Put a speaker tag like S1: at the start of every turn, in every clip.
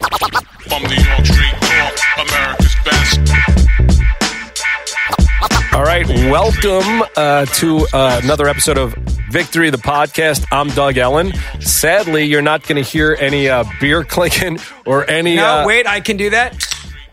S1: From New York Street Talk, America's best.
S2: All right, welcome uh, to uh, another episode of Victory the Podcast. I'm Doug Ellen. Sadly, you're not going to hear any uh, beer clinking or any.
S3: No,
S2: uh,
S3: wait, I can do that.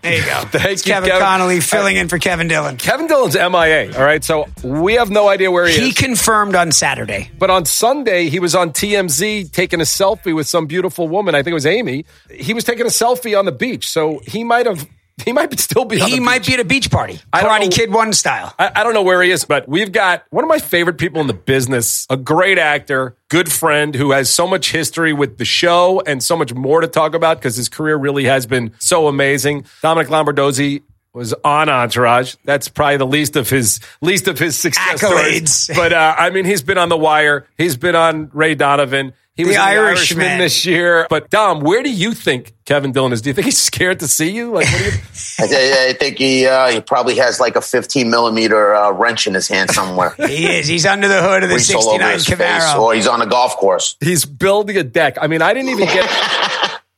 S3: There you go.
S2: Thank
S3: it's
S2: you,
S3: Kevin,
S2: Kevin. Uh,
S3: Connolly filling in for Kevin Dillon.
S2: Kevin Dillon's MIA. All right, so we have no idea where he,
S3: He
S2: is.
S3: confirmed on Saturday.
S2: but on Sunday, he was on TMZ taking a selfie with some beautiful woman. I think it was Amy. He was taking a selfie on the beach, so he might have. He might still be. On
S3: He
S2: the
S3: might
S2: beach.
S3: be at a beach party.
S2: I don't know-
S3: Karate Kid 1 style.
S2: I, I don't know where he is, but we've got one of my favorite people in the business, a great actor, good friend who has so much history with the show and so much more to talk about because his career really has been so amazing. Dominic Lombardozzi was on Entourage. That's probably the least of his least of his success
S3: Accolades.
S2: stories. But uh, I mean, he's been on The Wire. He's been on Ray Donovan. He was in
S3: Irishman.
S2: this year. But Dom, where do you think Kevin Dillon is? Do you think he's scared to see you? Like, what do you?
S4: I, I- I think he uh, he probably has like a 15 millimeter uh, wrench in his hand somewhere.
S3: He is. He's under the hood of the
S4: Grease all over
S3: 69
S4: his face,
S3: Camaro.
S4: or he's on a golf course.
S2: He's building a deck. I mean, I didn't even get.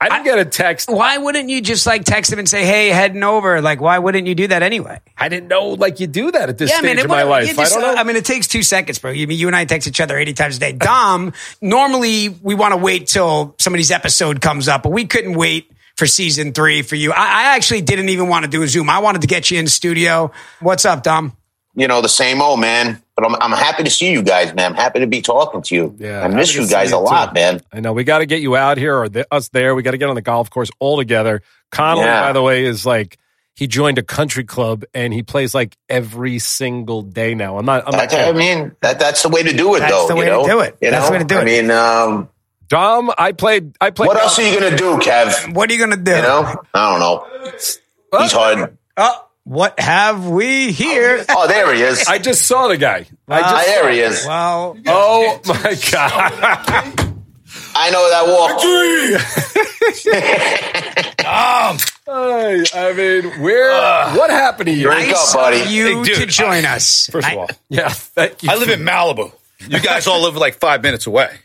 S2: I didn't get a text.
S3: Why wouldn't you just like text him and say, hey, heading over? Like, why wouldn't you do that anyway?
S2: I didn't know like you do that at this
S3: Yeah, I
S2: stage
S3: mean, it,
S2: of my
S3: you
S2: life.
S3: just- uh,
S2: I don't know.
S3: I mean, it takes two seconds, bro. You mean you and I text each other eighty times a day. Dom, normally we want to wait till somebody's episode comes up, but we couldn't wait for season three for you. I, I actually didn't even want to do a Zoom. I wanted to get you in studio. What's up, Dom?
S4: You know, the same old man. But I'm, I'm happy to see you guys, man. I'm happy to be talking to you. I miss
S2: happy to
S4: you
S2: see
S4: guys a lot,
S2: too.
S4: man.
S2: I know we got to get you out here or the, us there. We got to get on the golf course all together. Connolly,
S4: Yeah.
S2: by the way, is like he joined a country club and he plays like every single day now. I'm not. I'm not
S4: That's, I mean, that, that's the way to do it,
S3: That's
S4: though.
S3: the way
S4: you
S3: to
S4: know?
S3: do it.
S4: You
S3: That's the
S4: know?
S3: way to do it.
S4: I mean, um,
S2: Dom, I played. I played.
S4: what
S2: golf.
S4: else are you going to do, Kev?
S3: What are you gonna do?
S4: You know, I don't know. He's hard.
S3: Oh, what have we here?
S4: Oh, there he is.
S2: I just saw the guy. I
S4: Ah,
S2: just.
S4: there he is.
S3: Well,
S2: Oh my god!
S4: I know that walk.
S2: I I mean, where? what happened to you?
S4: Drink
S3: nice
S4: up, buddy.
S3: of you
S5: Hey, dude,
S3: to join us.
S2: First
S3: I-
S2: of all, yeah. Thank you
S5: I live in Malibu. You guys all live like five minutes away.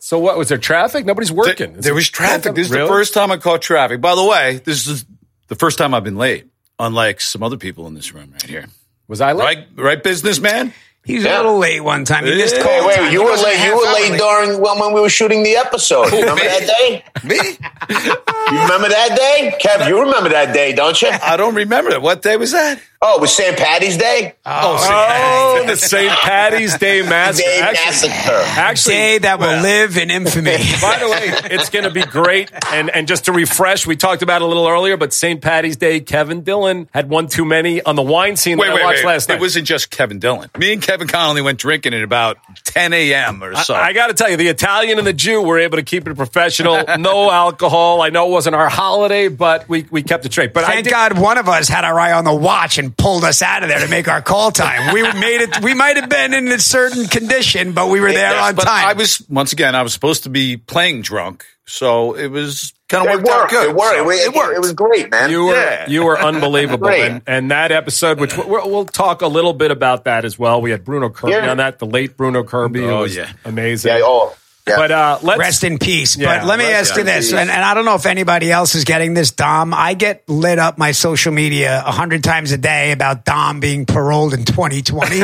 S2: So what was there traffic? Nobody's working.
S5: There was traffic. This is
S2: Really?
S5: the first time I caught traffic. By the way, this is the first time I've been late, unlike some other people in this room right here.
S2: Was I like?
S5: Right, right, businessman.
S3: he was a
S4: Yeah.
S3: little late one time. He missed
S5: Hey,
S3: call.
S4: Hey,
S3: time.
S4: wait,
S3: He
S4: you were
S3: wasn't
S4: late.
S3: half
S4: You were
S3: hour
S4: late during when, when we were shooting the episode. You remember
S5: me?
S4: that day?
S5: Me?
S4: You remember that day, Kev? You remember that day, don't you?
S5: I don't remember that. What day was that?
S4: Oh, it was St. Patty's Day.
S5: Oh, see,
S2: Oh, the St. Patty's Day massacre.
S4: Day
S2: Actually,
S4: massacre.
S2: actually,
S3: Day that will live in infamy.
S2: by the way, it's going to be great. And and just to refresh, we talked about it a little earlier, but St. Patty's Day, Kevin Dillon had one too many on the wine scene
S5: Wait,
S2: that
S5: wait,
S2: I watched
S5: wait.
S2: last night.
S5: It wasn't just Kevin Dillon. Me and Kevin Connolly went drinking at about 10 a.m. or so.
S2: I got to tell you, the Italian and the Jew were able to keep it professional. No alcohol. I know it wasn't our holiday, but we, we kept it straight. But I
S3: Thank
S2: did,
S3: God one of us had our eye on the watch and pulled us out of there to make our call time. We made it. We might have been in a certain condition, but we were there on
S5: but
S3: time.
S5: I was once again. I was supposed to be playing drunk, so it was kind of
S4: It
S5: worked, out
S4: worked.
S5: good.
S4: It worked.
S5: So
S4: It, it worked. It was great, man.
S2: You were
S5: Yeah.
S2: you were unbelievable,
S4: Great.
S2: and, and that episode, which we'll, we'll talk a little bit about that as well. We had Bruno Kirby
S4: Yeah.
S2: on that, the late Bruno Kirby. who
S5: Oh,
S2: was
S5: yeah.
S2: amazing.
S4: yeah. Oh, yeah.
S2: But uh, let's
S3: Rest in peace.
S2: Yeah,
S3: but let me
S2: rest
S3: ask you
S2: in
S3: this,
S4: peace.
S3: and, and I don't know if anybody else is getting this, Dom. I get lit up my social media a hundred times a day about Dom being paroled in 2020.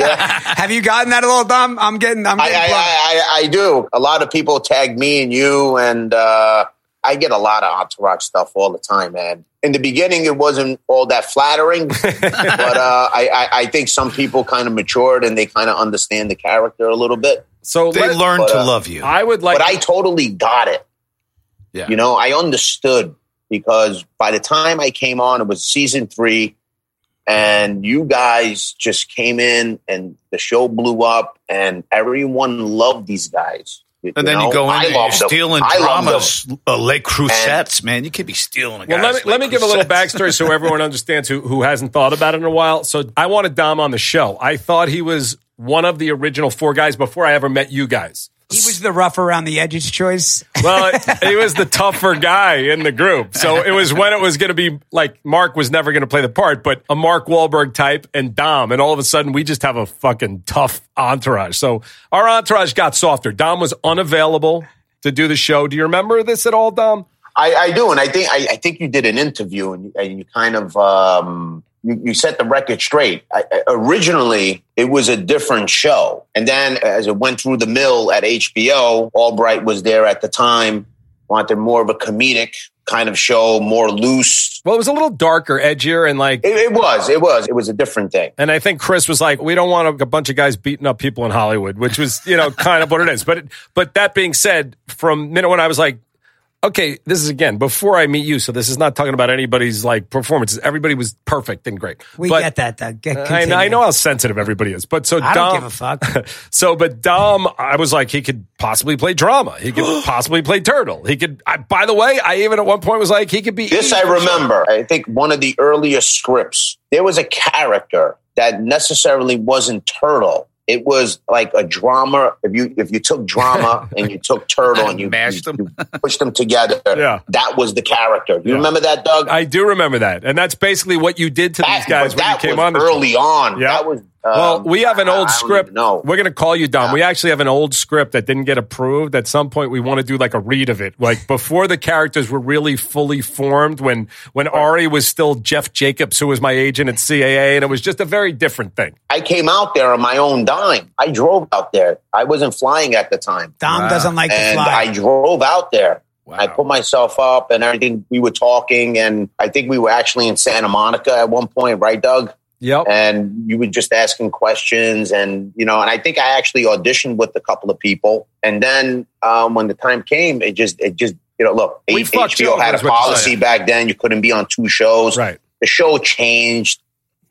S4: yeah.
S3: have you gotten that at all, Dom? I'm getting. I'm
S4: I, I,
S3: getting. blown.
S4: I, I, I do. A lot of people tag me and you, and uh, I get a lot of entourage stuff all the time, man. In the beginning, it wasn't all that flattering, but uh, I, I, I think some people kind of matured and they kind of understand the character a little bit.
S2: so
S5: They
S2: let-
S5: learned
S4: but,
S5: to
S4: uh,
S5: love you.
S2: I would like.
S4: But I totally got it.
S5: yeah.
S4: You know, I understood because by the time I came on, it was season three, and you guys just came in, and the show blew up, and everyone loved these guys.
S5: And then
S4: know?
S5: you go in
S4: I
S5: and you're
S4: loved them.
S5: stealing
S4: I loved them.
S5: dramas, uh, Les Crucettes, man. You can't be stealing a
S2: well, let
S5: guy's
S2: me, let me
S5: Les
S2: give a little
S5: Crucettes.
S2: backstory so everyone understands who, who hasn't thought about it in a while. So I wanted Dom on the show. I thought he was one of the original four guys before I ever met you guys.
S3: he was the rough around the edges choice.
S2: Well, he was the tougher guy in the group. So it was when it was going to be like Mark was never going to play the part, but a Mark Wahlberg type and Dom. And all of a sudden, we just have a fucking tough entourage. So our entourage got softer. Dom was unavailable to do the show. Do you remember this at all, Dom?
S4: I, I do, and I think I, I think you did an interview, and, and you kind of um, you, you set the record straight. I, I, originally, it was a different show, and then as it went through the mill at HBO, Albright was there at the time, wanted more of a comedic kind of show, more loose.
S2: Well, it was a little darker, edgier, and like
S4: It, it was, it was, it was a different thing.
S2: And I think Chris was like, "We don't want a, a bunch of guys beating up people in Hollywood," which was, you know, kind of what it is. But but that being said, from minute one, I was like, "Okay, this is again before I meet you." So this is not talking about anybody's like performances. Everybody was perfect and great.
S3: We
S2: But-
S3: get that, Doug. Get-
S2: I,
S3: continue.
S2: I know how sensitive everybody is, but so
S3: I don't
S2: Dom,
S3: give a fuck.
S2: so, but Dom, I was like, he could possibly play drama. He could possibly play turtle. He could. I, by the way, I even at one point was like, he could be.
S4: This I remember. I think one of the earlier scripts, there was a character that necessarily wasn't turtle. It was like a drama. If you if you took drama and you took turtle and you
S5: Mashed
S4: you-
S5: them.
S4: you pushed them together,
S2: Yeah.
S4: that was the character. You remember that, Doug?
S2: I do remember that, and that's basically what you did to these
S4: that,
S2: guys
S4: but
S2: when you
S4: that
S2: came
S4: was
S2: on. the show.
S4: early on.
S2: Yeah.
S4: That was um,
S2: Well, we have an
S4: I- I
S2: old
S4: don't
S2: script.
S4: even know.
S2: We're going to call you Dom. We actually have an old script that didn't get approved. At some point, we want to do like a read of it, like before the characters were really fully formed. When when Ari was still Jeff Jacobs, who was my agent at CAA, and it was just a very different thing.
S4: I came out there on my own dime. I drove out there. I wasn't flying at the time.
S3: Dom
S5: Wow.
S3: doesn't like to
S4: and
S3: fly.
S4: I drove out there.
S5: Wow.
S4: I put myself up and everything. We were talking, and I think we were actually in Santa Monica at one point, right, Doug?
S2: Yep.
S4: And you were just asking questions, and you know, and I think I actually auditioned with a couple of people, and then um, when the time came, it just, it just, you know, look,
S2: We fucked you
S4: HBO
S2: over,
S4: had a
S2: is what you're
S4: policy
S2: saying.
S4: back then; you couldn't be on two shows.
S2: Right.
S4: The show changed,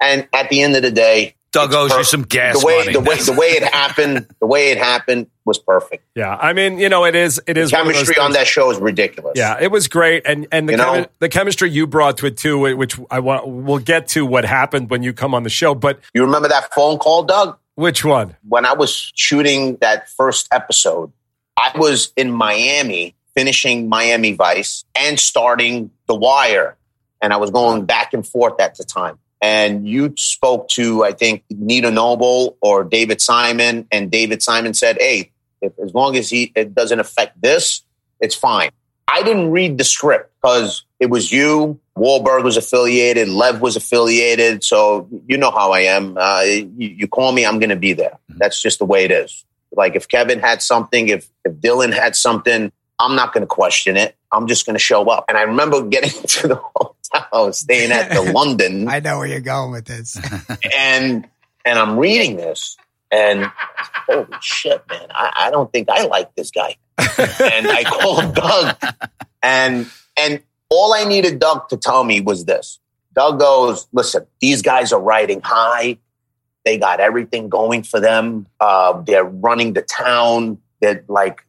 S4: and at the end of the day,
S5: Doug
S4: it's
S5: owes you
S4: perfect.
S5: some gas
S4: the way,
S5: money.
S4: the way, the way it happened, the way it happened was perfect.
S2: Yeah. I mean, you know, it is. It is one of those
S4: Chemistry on
S2: things-
S4: that show is ridiculous.
S2: Yeah, it was great, and and the
S4: You know?
S2: chemi- the chemistry you brought to it too, which I want. We'll get to what happened when you come on the show, but
S4: You remember that phone call, Doug?
S2: which one?
S4: When I was shooting that first episode, I was in Miami finishing Miami Vice and starting The Wire. And I was going back and forth at the time. And you spoke to, I think, Nita Noble or David Simon. And David Simon said, hey, if, as long as he, it doesn't affect this, it's fine. I didn't read the script because it was you. Wahlberg was affiliated. Lev was affiliated. So you know how I am. Uh, you, you call me, I'm going to be there. That's just the way it is. Like if Kevin had something, if, if Dylan had something, I'm not going to question it. I'm just going to show up. And I remember getting to the hotel, staying at the London
S3: I know where you're going with this.
S4: and and I'm reading this, and holy shit, man! I, I don't think I like this guy. and I called Doug, and and all I needed Doug to tell me was this: Doug goes, "Listen, these guys are riding high. They got everything going for them. Uh, they're running the town. They're like,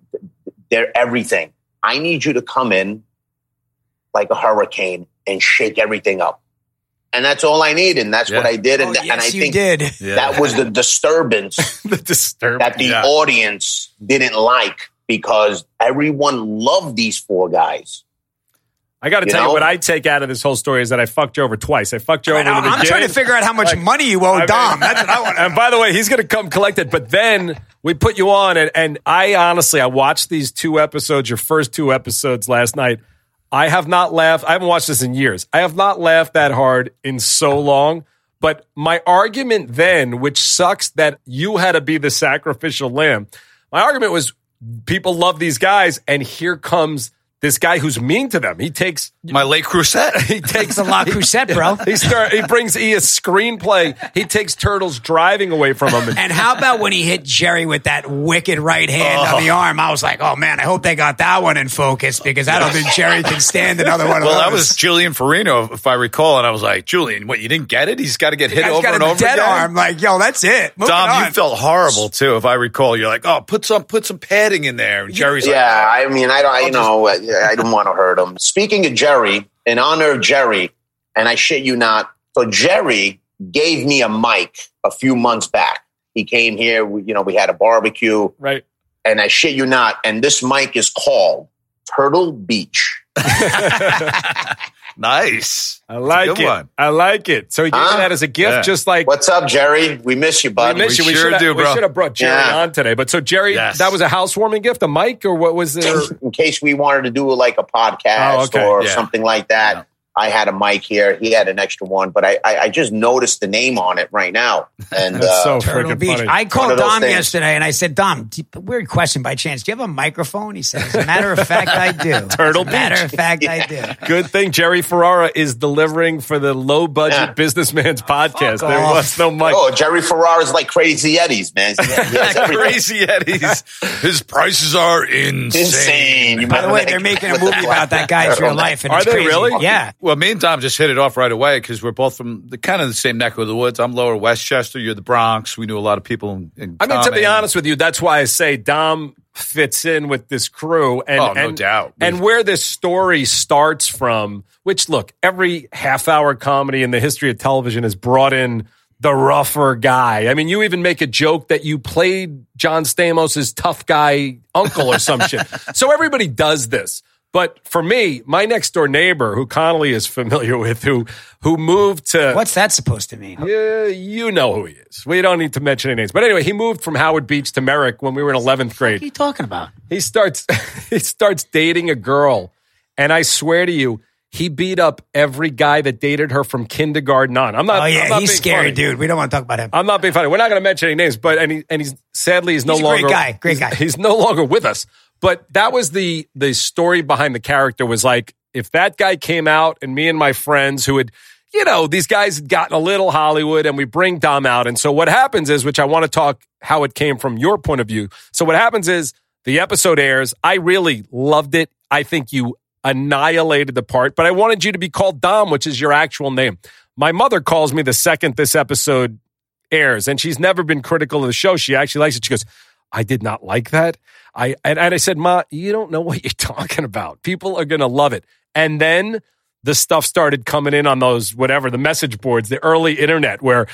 S4: they're everything. I need you to come in like a hurricane and shake everything up." And that's all I need, and that's
S5: Yeah.
S4: what I did. And,
S3: Oh,
S4: th- and
S3: yes,
S4: I
S3: you
S4: think
S3: did.
S5: Yeah.
S4: that was the disturbance
S2: The disturbance.
S4: that the
S5: Yeah.
S4: audience didn't like because everyone loved these four guys.
S2: I got to
S4: You
S2: tell you
S4: know?
S2: what I take out of this whole story is that I fucked you over twice. I fucked you over.
S3: I
S2: in the
S3: am trying
S2: beginning.
S3: to figure out how much
S2: Like,
S3: money you owe
S2: I mean-
S3: Dom. That's what I want.
S2: And by the way, he's going to come collect it. But then we put you on, and, and I honestly, I watched these two episodes, your first two episodes last night. I have not laughed. I haven't watched this in years. I have not laughed that hard in so long. But my argument then, which sucks that you had to be the sacrificial lamb, my argument was people love these guys, and here comes this guy who's mean to them. He takes
S5: My late Crusette.
S2: he takes
S3: It's a La Crusette, bro.
S2: He start, he brings E a screenplay. He takes Turtles driving away from him.
S3: And how about when he hit Jerry with that wicked right hand on the arm? I was like, oh man, I hope they got that one in focus because I don't think Jerry can stand another one
S5: Well,
S3: of
S5: that
S3: those.
S5: was Julian Farino, if I recall, and I was like, Julian, what? You didn't get it? He's got to get hit
S3: Guy's
S5: over
S3: got
S5: and
S3: a
S5: over
S3: dead
S5: again.
S3: arm. Like, yo, that's it. Moving
S5: Dom,
S3: on.
S5: you felt horrible too, if I recall. You're like, oh, put some put some padding in there. And Jerry's
S4: yeah, I mean, I don't, I, you know, I, I don't want to hurt him. Speaking of Jerry, in honor of Jerry, and I shit you not, so Jerry gave me a mic a few months back. He came here, we, you know, we had a barbecue,
S2: Right.
S4: and I shit you not, and this mic is called Turtle Beach.
S5: Nice.
S2: I like
S5: good
S2: it.
S5: one.
S2: I like it. So he gave me
S4: Huh?
S2: that as a gift,
S5: Yeah.
S2: just like
S4: What's up, Jerry? We miss you,
S2: I
S4: buddy.
S2: miss
S5: We
S2: you. We
S5: sure
S2: should have-
S5: do,
S2: we
S5: bro.
S2: should have brought Jerry
S4: Yeah.
S2: on today. But so Jerry,
S5: Yes.
S2: that was a housewarming gift, a mic, or what was it? Or-
S4: in case we wanted to do like a podcast
S2: Oh, okay.
S4: or
S5: Yeah.
S4: something like that.
S5: Yeah.
S4: I had a mic here. He had an extra one, but I, I, I just noticed the name on it right now. And
S2: That's so
S4: uh,
S3: Turtle
S2: freaking
S3: Beach.
S2: funny.
S3: I
S4: One
S3: called
S4: of those
S3: Dom
S4: things.
S3: yesterday and I said, Dom, do you- weird question by chance. Do you have a microphone? He said, As a matter of fact, I do.
S2: Turtle
S3: As a matter of fact, I do.
S2: Good thing Jerry Ferrara is delivering for the low budget
S4: Yeah.
S2: businessman's podcast. There
S3: off.
S2: was no mic.
S4: oh, Jerry Ferrara's like crazy Yetis, man. He has- he has everything.
S5: Crazy Eddies. His prices are insane.
S4: insane. You
S3: By the
S4: remember
S3: way,
S4: that
S3: they're
S4: guy
S3: making a
S4: with the
S3: movie
S4: black
S3: about that guy's
S4: turtleneck?
S3: real life. And
S2: Are
S3: it's
S2: they
S3: crazy.
S2: really?
S3: Yeah.
S5: Well, me and Dom just hit it off right away because we're both from the kind of the same neck of the woods. I'm Lower Westchester. You're the Bronx. We knew a lot of people. In, in
S2: I mean, to be
S5: common.
S2: honest with you, that's why I say Dom fits in with this crew. And,
S5: Oh, no
S2: and-
S5: doubt.
S2: And where this story starts from, which look, every half hour comedy in the history of television has brought in the rougher guy. I mean, you even make a joke that you played John Stamos's tough guy uncle or some shit. So everybody does this. But for me, my next door neighbor, who Connolly is familiar with, who who moved to
S3: What's that supposed to mean?
S2: yeah, you know who he is. We don't need to mention any names. But anyway, he moved from Howard Beach to Merrick when we were in 11th
S3: What are you
S2: grade.
S3: talking about?
S2: He starts he starts dating a girl, and I swear to you, he beat up every guy that dated her from kindergarten on. I'm not.
S3: Oh,
S2: I'm
S3: yeah.
S2: not
S3: He's
S2: being
S3: scary,
S2: funny.
S3: dude. We don't want to talk about
S4: Uh,
S3: him.
S2: I'm not being funny. We're not going to mention any names, but and he, and he's sadly he's no
S3: He's a great
S2: longer
S3: guy. Great
S2: he's-
S3: guy.
S2: He's no longer with us. But that was the the story behind the character was like if that guy came out and me and my friends who had you know these guys had gotten a little Hollywood and we bring Dom out and so what happens is which I want to talk how it came from your point of view. So what happens is the episode airs. I really loved it. I think you annihilated the part, but I wanted you to be called Dom, which is your actual name. My mother calls me the second this episode airs, and she's never been critical of the show. She actually likes it. She goes, "I did not like that." I and, and I said, "Ma, you don't know what you're talking about. People are going to love it." And then the stuff started coming in on those whatever the message boards, the early internet, where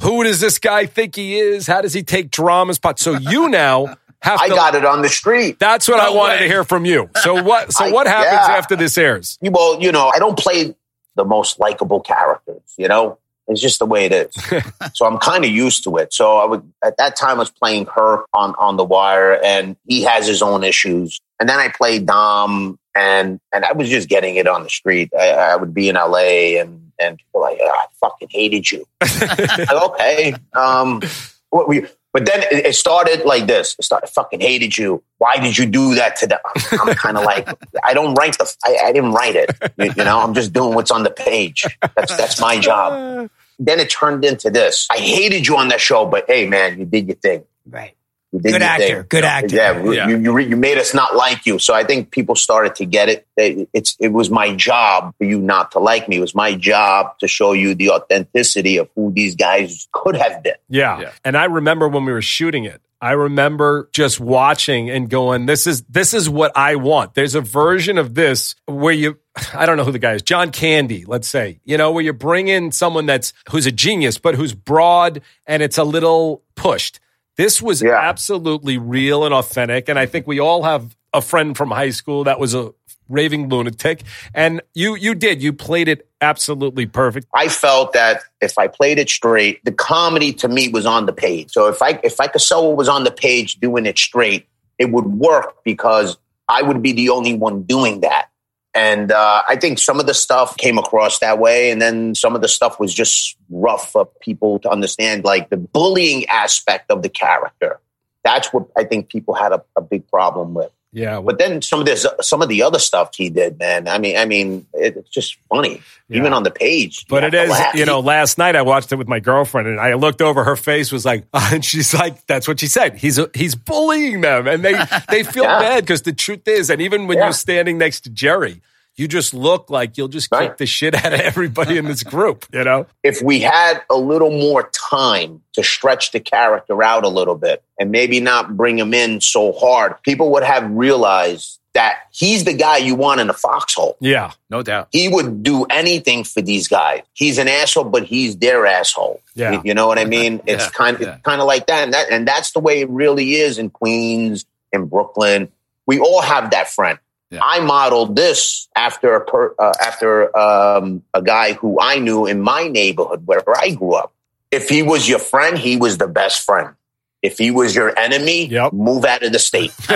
S2: who does this guy think he is? How does he take dramas? Pot. So you now have
S4: I
S2: to.
S4: got it on the street.
S2: That's what I
S5: No
S2: wanted
S5: way.
S2: to hear from you. So what? So
S4: I-
S2: what happens
S4: yeah.
S2: after this airs?
S4: You- Well, you know, I don't play the most likable characters. You know, it's just the way it is. so I'm kind of used to it. So I would at that time I was playing her on on the wire, and he has his own issues. And then I played Dom, and and I was just getting it on the street. I, I would be in L.A. and and people were like, "Ah, I fucking hated you. Like, okay. Um, what we, but then it, it started like this. It started, I fucking hated you. Why did you do that to the, I'm, kind of like, I don't write the, I, I didn't write it. You, you know, I'm just doing what's on the page. That's, that's my job. Then it turned into this. I hated you on that show, but hey, man, you did your thing.
S3: Right.
S4: You did
S3: Good
S4: your
S3: actor.
S4: thing.
S3: Good actor.
S4: Yeah, you-
S5: Yeah.
S4: You, you, re- you made us not like you. So I think people started to get it. They- It's it was my job for you not to like me. It was my job to show you the authenticity of who these guys could have been.
S2: Yeah.
S5: Yeah.
S2: And I remember when we were shooting it, I remember just watching and going, this is this is what I want. There's a version of this where you I don't know who the guy is, John Candy, let's say. You know, where you bring in someone that's who's a genius but who's broad and it's a little pushed. This was
S4: Yeah.
S2: absolutely real and authentic and I think we all have a friend from high school that was a raving lunatic and you you did you played it absolutely perfect.
S4: I felt that if I played it straight, the comedy to me was on the page. So if I if I could sell what was on the page doing it straight, it would work because I would be the only one doing that. And uh, I think some of the stuff came across that way, and then some of the stuff was just rough for people to understand, like the bullying aspect of the character. That's what I think people had a, a big problem with.
S2: Yeah.
S4: But then some of this, some of the other stuff he did, man. I mean, I mean, it, it's just funny, even on the page. you
S2: But
S4: have
S2: it
S4: to
S2: is,
S4: laugh.
S2: you know, last night I watched it with my girlfriend and I looked over her face was like, and she's like, that's what she said. He's, he's bullying them and they, they feel
S4: Yeah.
S2: bad because the truth is, and even when
S4: Yeah.
S2: you're standing next to Jerry, you just look like you'll just
S4: Right.
S2: kick the shit out of everybody in this group, you know?
S4: if we had a little more time to stretch the character out a little bit and maybe not bring him in so hard, people would have realized that he's the guy you want in a foxhole.
S2: Yeah.
S5: No doubt.
S4: He would do anything for these guys. He's an asshole, but he's their asshole.
S2: Yeah.
S4: You, you know what I mean? It's
S5: Yeah,
S4: kind of
S5: yeah.
S4: it's kind of like that, and that and that's the way it really is in Queens, in Brooklyn. We all have that friend.
S5: Yeah.
S4: I modeled this after a per, uh, after um, a guy who I knew in my neighborhood where I grew up. If he was your friend, he was the best friend. If he was your enemy,
S2: Yep.
S4: move out of the state.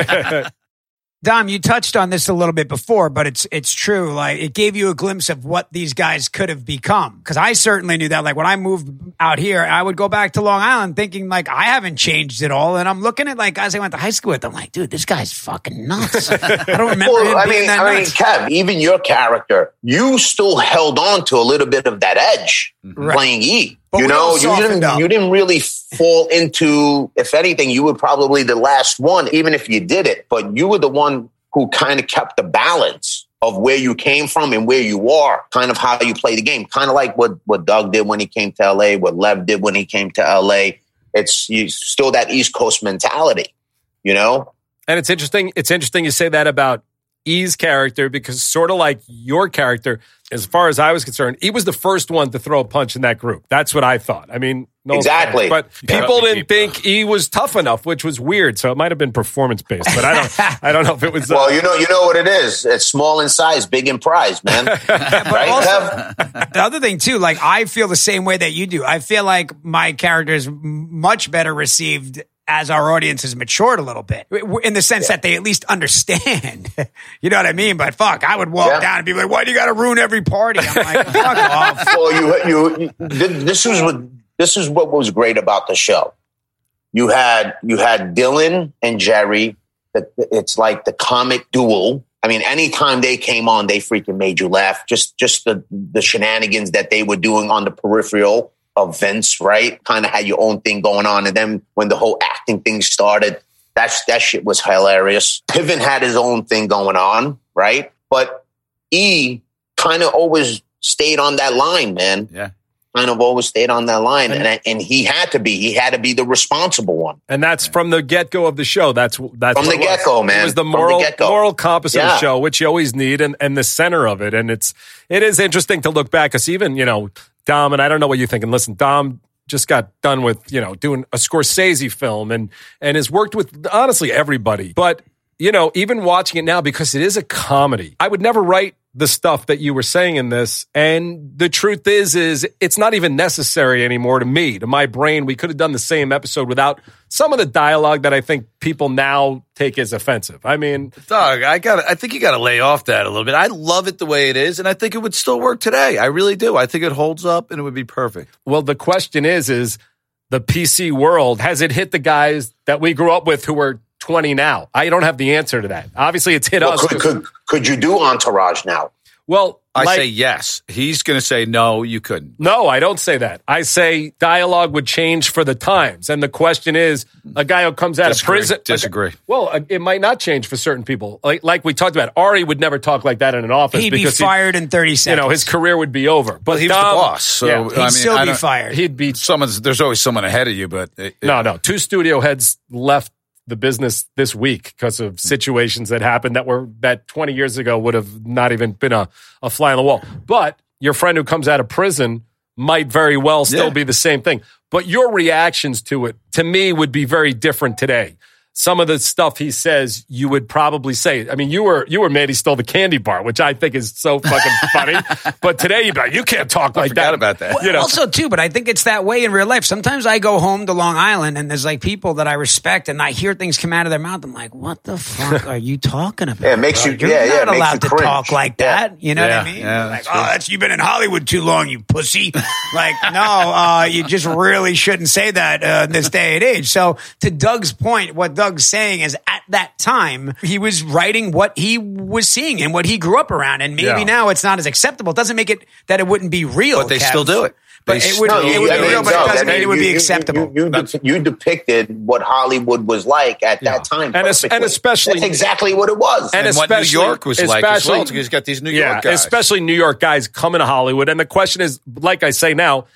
S3: Dom, you touched on this a little bit before, but it's it's true. Like it gave you a glimpse of what these guys could have become. Because I certainly knew that. Like when I moved out here, I would go back to Long Island thinking like I haven't changed at all, and I'm looking at like guys I went to high school with. I'm like, dude, this guy's fucking nuts. I don't remember him
S4: Well, I
S3: being
S4: mean,
S3: that
S4: I mean,
S3: nuts.
S4: Kev, even your character, you still held on to a little bit of that edge
S3: Right.
S4: playing E.
S3: But
S4: you
S3: we
S4: know,
S3: all
S4: you
S3: softened up.
S4: didn't, you didn't really fall into, if anything, you were probably the last one, even if you did it, but you were the one who kind of kept the balance of where you came from and where you are, kind of how you play the game, kind of like what, what Doug did when he came to LA, what Lev did when he came to LA. It's you, still that East Coast mentality, you know?
S2: And it's interesting. It's interesting you say that about E's character because sort of like your character, as far as I was concerned, he was the first one to throw a punch in that group. That's what I thought. I mean, no offense,
S4: Exactly.
S2: but people
S5: gotta be
S2: didn't think he was tough enough, which was weird. So it might have been performance based, but I don't. I don't know if it was. uh,
S4: Well, you know, you know what it is. It's small in size, big in prize, man. right? Kev?
S3: the other thing too, like I feel the same way that you do. I feel like my character is m- much better received as our audience has matured a little bit, w- w- in the sense that they at least understand. you know what I mean? But fuck, I would walk
S4: Yeah.
S3: down and be like, "Why do you got to ruin every party?" I'm like, "Fuck off."
S4: well, you, you, thi- this is what this is what was great about the show. You had you had Dylan and Jerry. That it's like the comic duel. I mean, anytime they came on, they freaking made you laugh. Just just the the shenanigans that they were doing on the peripheral of Vince, right? Kind of had your own thing going on, and then when the whole acting thing started, that's that shit was hilarious. Piven had his own thing going on, right? But E kind of always stayed on that line, man.
S5: Yeah.
S4: Kind of always stayed on that line, and and he had to be. He had to be the responsible one.
S2: and that's from the get go of the show. That's that's
S4: From
S2: what
S4: the
S2: it was.
S4: get-go, man.
S2: It was the
S4: From the
S2: moral
S4: get-go.
S2: moral compass of the
S4: Yeah.
S2: show, which you always need, and and the center of it. And it's it is interesting to look back because even you know Dom and I don't know what you think. And listen, Dom just got done with you know doing a Scorsese film and and has worked with honestly everybody, but. You know, even watching it now because it is a comedy. I would never write the stuff that you were saying in this. And the truth is, is it's not even necessary anymore to me, to my brain. We could have done the same episode without some of the dialogue that I think people now take as offensive. I mean,
S5: Doug, I got. I think you got to lay off that a little bit. I love it the way it is, and I think it would still work today. I really do. I think it holds up, and it would be perfect.
S2: well, the question is, is the PC world, has it hit the guys that we grew up with who are 20 now? I don't have the answer to that. Obviously, it's hit
S4: Well,
S2: us.
S4: could, could could you do Entourage now?
S2: well,
S5: I
S2: like-
S5: say yes. He's going to say no. You couldn't.
S2: No, I don't say that. I say dialogue would change for the times. And the question is a guy who comes out
S5: Disagree.
S2: of prison.
S5: Disagree.
S2: well, uh, it might not change for certain people. Like, like we talked about, Ari would never talk like that in an office
S3: He'd be
S2: because he-
S3: fired in thirty
S2: you
S3: seconds.
S2: know, his career would be over. But
S5: He was
S2: Dom-
S5: the boss, so
S2: yeah.
S5: I
S3: he'd
S5: mean,
S3: still
S5: I
S3: be
S5: don't-
S3: fired.
S2: he'd be
S5: Someone's there's always someone ahead of you, but uh, it, it-
S2: No, no. Two studio heads left the business this week because of situations that happened that were that 20 years ago would have not even been a, a fly on the wall. But your friend who comes out of prison might very well still
S5: Yeah.
S2: be the same thing. But your reactions to it, to me, would be very different today. Some of the stuff he says, you would probably say. I mean, you were you were mad he stole the candy bar, which I think is so fucking funny. But today, you'd be like, you can't talk like
S5: forgot
S2: that
S5: about that.
S2: You know,
S3: also too, but I think it's that way in real life. Sometimes I go home to Long Island and there's like people that I respect and I hear things come out of their mouth. I'm like, what the fuck are you talking about?
S4: Yeah, it makes
S3: bro?
S4: you-
S3: You're
S4: yeah, yeah,
S3: not
S4: it makes
S3: allowed
S4: you
S3: to
S4: cringe.
S3: talk like
S4: Yeah.
S3: that. You know what I
S5: Yeah,
S3: mean?
S5: yeah,
S3: like,
S5: that's
S3: oh, that's, you've been in Hollywood too long, you pussy. like, no, uh, you just really shouldn't say that uh, in this day and age. So, to Doug's point, what Doug's saying is at that time he was writing what he was seeing and what he grew up around, and maybe
S2: Yeah.
S3: now it's not as acceptable. It doesn't make it that it wouldn't be real
S5: but they
S3: Kev.
S5: still do it.
S3: But
S5: They
S3: it would,
S5: still
S3: it would
S5: do
S3: be
S5: it.
S3: real, but it
S4: Doug,
S3: doesn't
S4: I
S3: mean it would
S4: you-
S3: be
S4: you-
S3: acceptable.
S4: You, you, de- you depicted what Hollywood was like at that time,
S2: And es- and
S4: perfectly.
S2: especially-
S4: That's exactly what it was.
S2: And
S5: And what New
S2: especially-
S5: York was like as well.
S2: especially-
S5: Because he's got these New
S2: yeah,
S5: York guys.
S2: especially New York guys coming to Hollywood. And the question is, like I say now,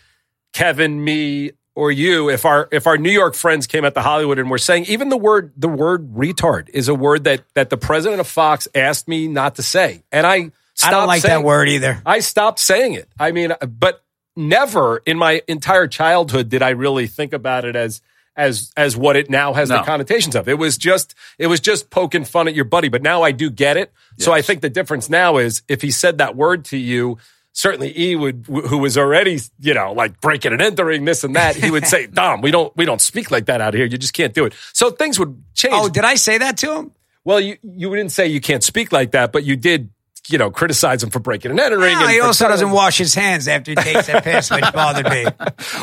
S2: Kevin, me, or you, if our if our New York friends came out to Hollywood and were saying even the word the word retard is a word that that the president of Fox asked me not to say, and I
S3: I
S2: stopped
S3: don't like
S2: saying-
S3: that word either.
S2: I stopped saying it. I mean, but never in my entire childhood did I really think about it as as as what it now has the
S5: No.
S2: connotations of. It was just it was just poking fun at your buddy, but now I do get it. So I think the difference now is if he said that word to you, certainly E would who was already, you know, like breaking and entering this and that, he would say, "Dom, we don't we don't speak like that out here. You just can't do it." So things would change.
S3: Oh, did I say that to him?
S2: well, you you didn't say you can't speak like that, but you did, you know, criticize him for breaking and entering.
S3: No,
S2: and
S3: he
S2: for
S3: also
S2: telling-
S3: doesn't wash his hands after he takes that piss, which bothered me.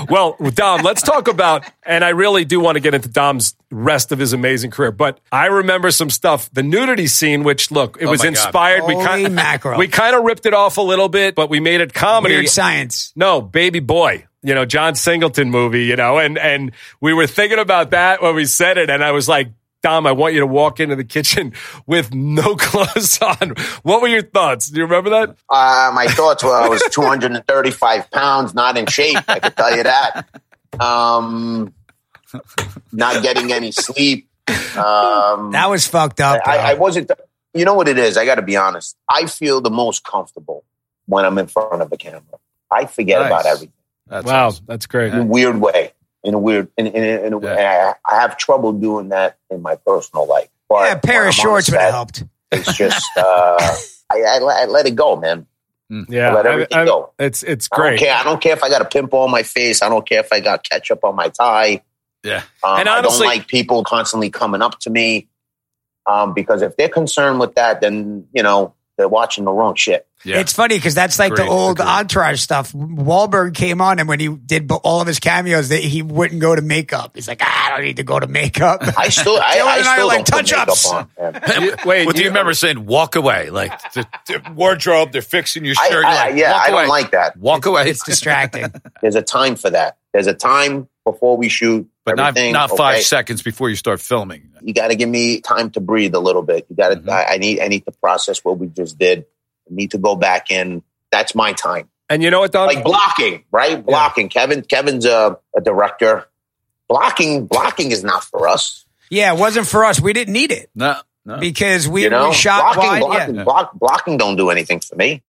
S2: Well, Dom, let's talk about, and I really do want to get into Dom's rest of his amazing career, but I remember some stuff. The nudity scene, which look,
S4: Oh
S2: it was
S5: my God.
S2: inspired. we
S3: Holy mackerel.
S2: we kind of ripped it off a little bit, but we made it comedy.
S3: Weird science.
S2: No, Baby Boy. You know, John Singleton movie, you know, and and we were thinking about that when we said it, and I was like, Dom, I want you to walk into the kitchen with no clothes on. What were your thoughts? Do you remember that?
S4: Uh, my thoughts were I was 235 pounds, not in shape. I could tell you that. Um, not getting any sleep. Um,
S3: That was fucked up.
S4: I, I
S3: bro.
S4: wasn't. You know what it is? I got to be honest. I feel the most comfortable when I'm in front of a camera. I forget
S5: Nice.
S4: about everything
S5: That's
S2: wow,
S5: awesome.
S2: that's great.
S4: in a weird way. In a weird, in, in, in, in a, way. I, I have trouble doing that in my personal life. But
S3: yeah, a pair of
S4: when I'm on
S3: shorts would have
S4: set,
S3: helped.
S4: It's just uh, I, I, let- I let it go, man.
S2: Yeah,
S4: Let everything
S2: I- I-
S4: go.
S2: It's it's
S4: I don't
S2: great.
S4: care. I don't care if I got a pimple on my face. I don't care if I got ketchup on my tie.
S5: Yeah.
S4: Um,
S2: And honestly-
S4: I don't like people constantly coming up to me um, because if they're concerned with that, then you know they're watching the wrong shit.
S5: Yeah.
S3: It's funny because that's like
S5: Great,
S3: the old
S5: agreed.
S3: entourage stuff. Wahlberg came on, and when he did bo- all of his cameos, that he wouldn't go to makeup. He's like, "Ah, I don't need to go to makeup.
S4: I still, I,
S3: Dylan
S4: I
S3: and I
S4: still
S3: like
S4: don't put makeup
S3: touch-ups.
S4: on. man.
S2: You- wait,
S5: What do you remember saying? Walk away, like the, the wardrobe. They're fixing your
S4: I,
S5: shirt. You're
S4: I-
S5: like,
S4: yeah,
S5: walk
S4: I
S5: away.
S4: don't like that.
S5: Walk away.
S3: it's distracting.
S4: There's a time for that. There's a time before we shoot.
S5: but not
S4: everything,
S5: not five
S4: okay?
S5: seconds before you start filming.
S4: You got to give me time to breathe a little bit. You got to.
S5: Mhm.
S4: I, I need. I need to process what we just did. I need to go back in. That's my time.
S2: And you know what, Don?
S4: like blocking, right? Blocking. Kevin, Kevin's a, a director. Blocking, blocking is not for us.
S3: yeah, it wasn't for us. We didn't need it
S5: No, no.
S3: because we,
S4: You know,
S3: we shot
S4: blocking,
S3: wide.
S4: blocking,
S5: yeah.
S4: block, blocking don't do anything for me.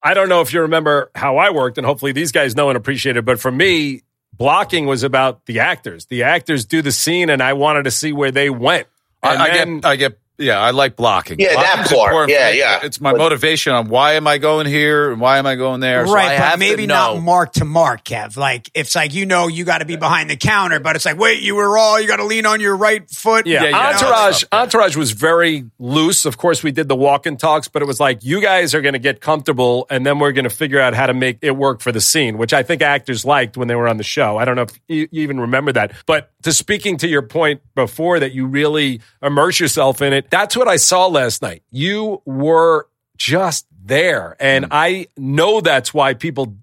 S2: I don't know if you remember how I worked, and hopefully these guys know and appreciate it. But for me, blocking was about the actors. The actors do the scene, and I wanted to see where they went.
S5: I,
S2: And
S5: I
S2: then-
S5: get, I get, yeah, I like blocking.
S4: Yeah, that
S5: Blocking's
S4: part.
S5: important for
S4: Yeah,
S5: me.
S4: yeah.
S5: It's my
S4: But-
S5: motivation on why am I going here and why am I going there. So I
S3: Right,
S5: have
S3: but maybe
S5: to know.
S3: not mark to mark, Kev. Like it's like you know you got to be behind the counter, but it's like wait, you were all you got to lean on your right foot.
S2: yeah,
S5: Yeah, yeah,
S2: Entourage.
S5: yeah.
S2: Entourage was very loose. Of course, we did the walk and talks, but it was like you guys are going to get comfortable, and then we're going to figure out how to make it work for the scene, which I think actors liked when they were on the show. I don't know if you you even remember that, but to speaking to your point before that, you really immerse yourself in it. That's what I saw last night. You were just there,
S5: Mm.
S2: and I know that's why people